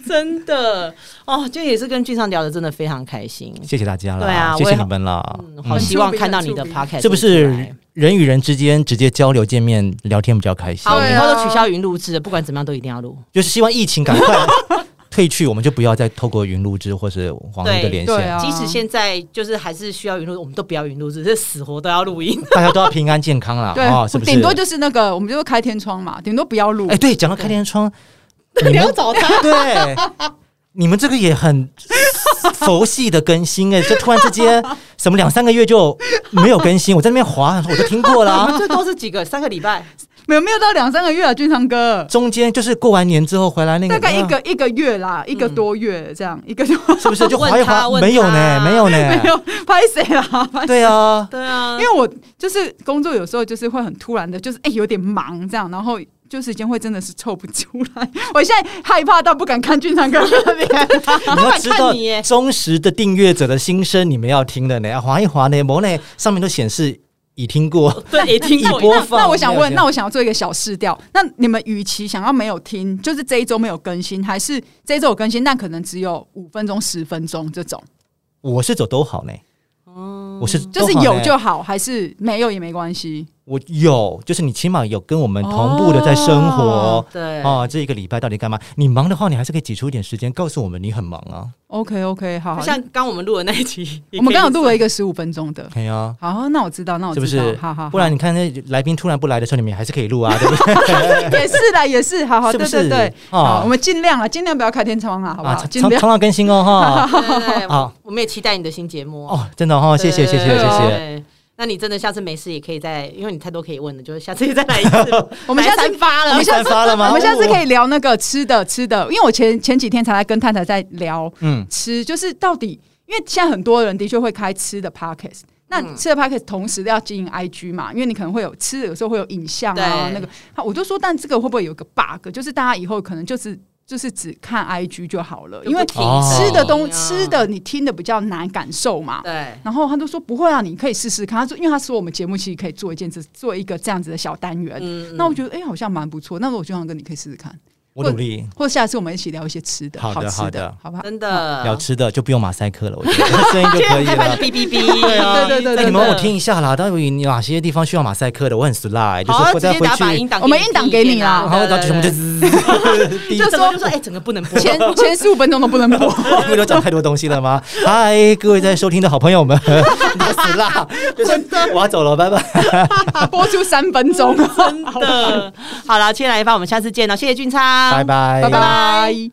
[SPEAKER 1] 真的哦，今天也是跟俊上聊的，真的非常开心。
[SPEAKER 3] 谢谢大家
[SPEAKER 1] 对
[SPEAKER 3] 啦，
[SPEAKER 1] 啊
[SPEAKER 3] 谢
[SPEAKER 1] 我
[SPEAKER 3] 谢
[SPEAKER 1] 也
[SPEAKER 3] 你们啦。
[SPEAKER 1] 嗯，好希望看到你的
[SPEAKER 2] 嗯
[SPEAKER 1] podcast，
[SPEAKER 3] 是不
[SPEAKER 1] 出
[SPEAKER 3] 是
[SPEAKER 1] 来？
[SPEAKER 3] 人与人之间直接交流、见面、聊天比较开心
[SPEAKER 1] 好，？我们以后
[SPEAKER 2] 对
[SPEAKER 1] 都
[SPEAKER 2] 啊
[SPEAKER 1] 取消云录制了，不管怎么样都一定要录。
[SPEAKER 3] 就是希望疫情
[SPEAKER 1] <laughs>
[SPEAKER 3] 赶快退去，我们就不要再透过云录制或是网络的
[SPEAKER 1] 对
[SPEAKER 3] 连
[SPEAKER 2] 对
[SPEAKER 3] 线。
[SPEAKER 2] 啊
[SPEAKER 1] 即使现在就是还是需要云录，我们都不要云录制，这死活都要录
[SPEAKER 2] <laughs>
[SPEAKER 1] 音。
[SPEAKER 3] 大家都要平安健康啦，
[SPEAKER 2] 对
[SPEAKER 3] 啊、是不是？
[SPEAKER 2] 顶多就是那个，我们就开天窗嘛，顶多不要录
[SPEAKER 3] 哎、。对，讲到开天窗，
[SPEAKER 1] 你要找他，
[SPEAKER 3] <laughs> 对，你们这个也很佛系的更新哎、这突然之间什么两三个月就没有更新，我在那边滑，我都听过
[SPEAKER 1] 我
[SPEAKER 2] <laughs>
[SPEAKER 3] 啦。
[SPEAKER 1] 们最多是几个三个礼拜，
[SPEAKER 2] 没有没有到两三个月啊，俊昌哥，
[SPEAKER 3] 中间就是过完年之后回来那个，啊
[SPEAKER 2] 大概一个一个月啦，一个多月这样，一个多
[SPEAKER 3] 嗯是不是就滑一滑？
[SPEAKER 1] 问他
[SPEAKER 3] 没有
[SPEAKER 1] 问
[SPEAKER 3] 呢，
[SPEAKER 1] 他
[SPEAKER 3] 没
[SPEAKER 2] <laughs>
[SPEAKER 3] 有
[SPEAKER 2] 没
[SPEAKER 3] 呢，
[SPEAKER 2] 有拍谁啦，拍
[SPEAKER 3] 对
[SPEAKER 2] <laughs>
[SPEAKER 3] 啊，
[SPEAKER 1] 对啊
[SPEAKER 2] 因为我就是工作有时候就是会很突然的，就是哎、有点忙这样，然后。就时间会真的是凑不出来，我现在害怕到不敢看俊昌哥那边，
[SPEAKER 3] 你要知道
[SPEAKER 1] 看你耶
[SPEAKER 3] 忠实的订阅者的心声，你们要听的呢，滑一滑呢，某呢上面都显示。已听过， <laughs>
[SPEAKER 1] 对，也听
[SPEAKER 3] 已
[SPEAKER 1] 过。
[SPEAKER 3] <laughs> 播放。
[SPEAKER 2] 那我想问，
[SPEAKER 3] 对
[SPEAKER 2] 那我想要做一个小试调，那你们与其想要没有听，就是这一周没有更新，还是这一周有更新，但可能只有五分钟、十分钟这种，
[SPEAKER 3] 我是走都好呢，我是
[SPEAKER 2] 哦就是
[SPEAKER 3] 都好
[SPEAKER 2] 有
[SPEAKER 3] 呢
[SPEAKER 2] 就好，还是没有也没关系？
[SPEAKER 3] 我有，就是你起码有跟我们同步的在生活
[SPEAKER 2] 哦。
[SPEAKER 1] 对，
[SPEAKER 3] 哦，这一个礼拜到底干嘛？你忙的话，你还是可以挤出一点时间告诉我们你很忙啊。
[SPEAKER 2] OK OK，好
[SPEAKER 1] 就
[SPEAKER 2] 好，
[SPEAKER 1] 像刚我们录的那一集，
[SPEAKER 2] 哦我们刚好录了一
[SPEAKER 1] 个，
[SPEAKER 2] 个十五分钟的，
[SPEAKER 3] 对啊，
[SPEAKER 2] 好，那我知道，那我
[SPEAKER 3] 是
[SPEAKER 2] 哦知
[SPEAKER 3] 不
[SPEAKER 2] 道，
[SPEAKER 3] 是？
[SPEAKER 2] 好好，
[SPEAKER 3] 不然你看那来宾突然不来的时候，你们也还是可以录啊，对不对？
[SPEAKER 2] 好 <laughs> 也是啦，也是，好好，
[SPEAKER 3] 是不
[SPEAKER 2] 对
[SPEAKER 3] 是？
[SPEAKER 2] 对对，好，
[SPEAKER 3] 啊
[SPEAKER 2] 我们尽量啊，尽量不要开天窗 <laughs> 啊，好不
[SPEAKER 3] 啊，
[SPEAKER 2] 好？
[SPEAKER 3] 常
[SPEAKER 2] 尽
[SPEAKER 3] 常
[SPEAKER 2] 量。
[SPEAKER 3] 常更新哦哈。
[SPEAKER 2] <laughs>
[SPEAKER 1] 对对对
[SPEAKER 3] 好
[SPEAKER 1] 我们也期待你的新节目。
[SPEAKER 3] 哦，真的哦，谢谢谢谢谢
[SPEAKER 1] 对
[SPEAKER 3] 谢。。
[SPEAKER 1] 那你真的下次没事也可以再，因为你太多可以问的，就是下次也再来一
[SPEAKER 3] <laughs>
[SPEAKER 1] 次。
[SPEAKER 2] 我们下次
[SPEAKER 1] 来三发
[SPEAKER 2] 我
[SPEAKER 1] 了
[SPEAKER 2] 们，下
[SPEAKER 3] 散
[SPEAKER 2] 次
[SPEAKER 3] 发了吗？哦
[SPEAKER 2] 我们下次可以聊那个吃的吃的，因为我前前几天才在跟太太在聊
[SPEAKER 3] 嗯，
[SPEAKER 2] 吃，就是到底因为现在很多人的确会开吃的 pockets。那
[SPEAKER 1] 嗯
[SPEAKER 2] 吃的 p a c k e t 同时要经营 IG 嘛，因为你可能会有吃的，有时候会有影像啊
[SPEAKER 1] 对
[SPEAKER 2] 那个。好，我就说，但这个会不会有个 bug，就是大家以后可能就是就是只看 IG 就好了，因为
[SPEAKER 1] 就不停
[SPEAKER 3] 哦
[SPEAKER 2] 吃的东
[SPEAKER 1] 啊
[SPEAKER 2] 吃的你听的比较难感受嘛。
[SPEAKER 1] 对。
[SPEAKER 2] 然后他就说不会啊，你可以试试看。他说，因为他说我们节目其实可以做一件这做一个这样子的小单元。
[SPEAKER 1] 嗯
[SPEAKER 2] 那我觉得哎、好像蛮不错。那我就想跟你可以试试看，
[SPEAKER 3] 我努力。
[SPEAKER 2] 或者下次我们一起聊一些吃的，
[SPEAKER 3] 好的
[SPEAKER 2] 吃
[SPEAKER 3] 好的
[SPEAKER 2] 好吧？
[SPEAKER 1] 真
[SPEAKER 2] 呃
[SPEAKER 1] 的
[SPEAKER 3] 聊吃的就不用马赛克了，我觉
[SPEAKER 2] <laughs>
[SPEAKER 3] 得声音就可以
[SPEAKER 1] 害怕
[SPEAKER 3] 了
[SPEAKER 1] 的。哔哔哔，对
[SPEAKER 2] 啊对对对
[SPEAKER 3] 那
[SPEAKER 2] 对
[SPEAKER 3] 你们帮我
[SPEAKER 1] 真的
[SPEAKER 3] 听一下啦，到底哪些地方需要马赛克的？我很 sly，就
[SPEAKER 1] 好，
[SPEAKER 3] 是
[SPEAKER 1] 要
[SPEAKER 3] 我
[SPEAKER 1] 直
[SPEAKER 3] 再
[SPEAKER 1] 接
[SPEAKER 3] 回
[SPEAKER 1] 打把
[SPEAKER 3] 去
[SPEAKER 1] 音，档，
[SPEAKER 2] 我们音档给你啦
[SPEAKER 1] 啦，
[SPEAKER 3] 然后到什么就
[SPEAKER 1] 啊对
[SPEAKER 2] <laughs>
[SPEAKER 3] 滋，
[SPEAKER 1] 对
[SPEAKER 2] 就
[SPEAKER 1] 对
[SPEAKER 2] 是
[SPEAKER 1] 怎
[SPEAKER 2] 说
[SPEAKER 1] 么就说哎，整个不能播，
[SPEAKER 2] 前前十五分钟都不能播。 <laughs>
[SPEAKER 3] <laughs> 因为都讲太多东西了吗？嗨，各位在收听的好朋友们， <laughs> 你要死 <laughs> 啦！就是我要走了，拜拜。
[SPEAKER 2] 播出三分钟， <laughs>
[SPEAKER 1] 哦真的。好了，接下来一发，我们下次见了，谢谢俊昌，
[SPEAKER 3] 拜拜
[SPEAKER 2] 拜拜。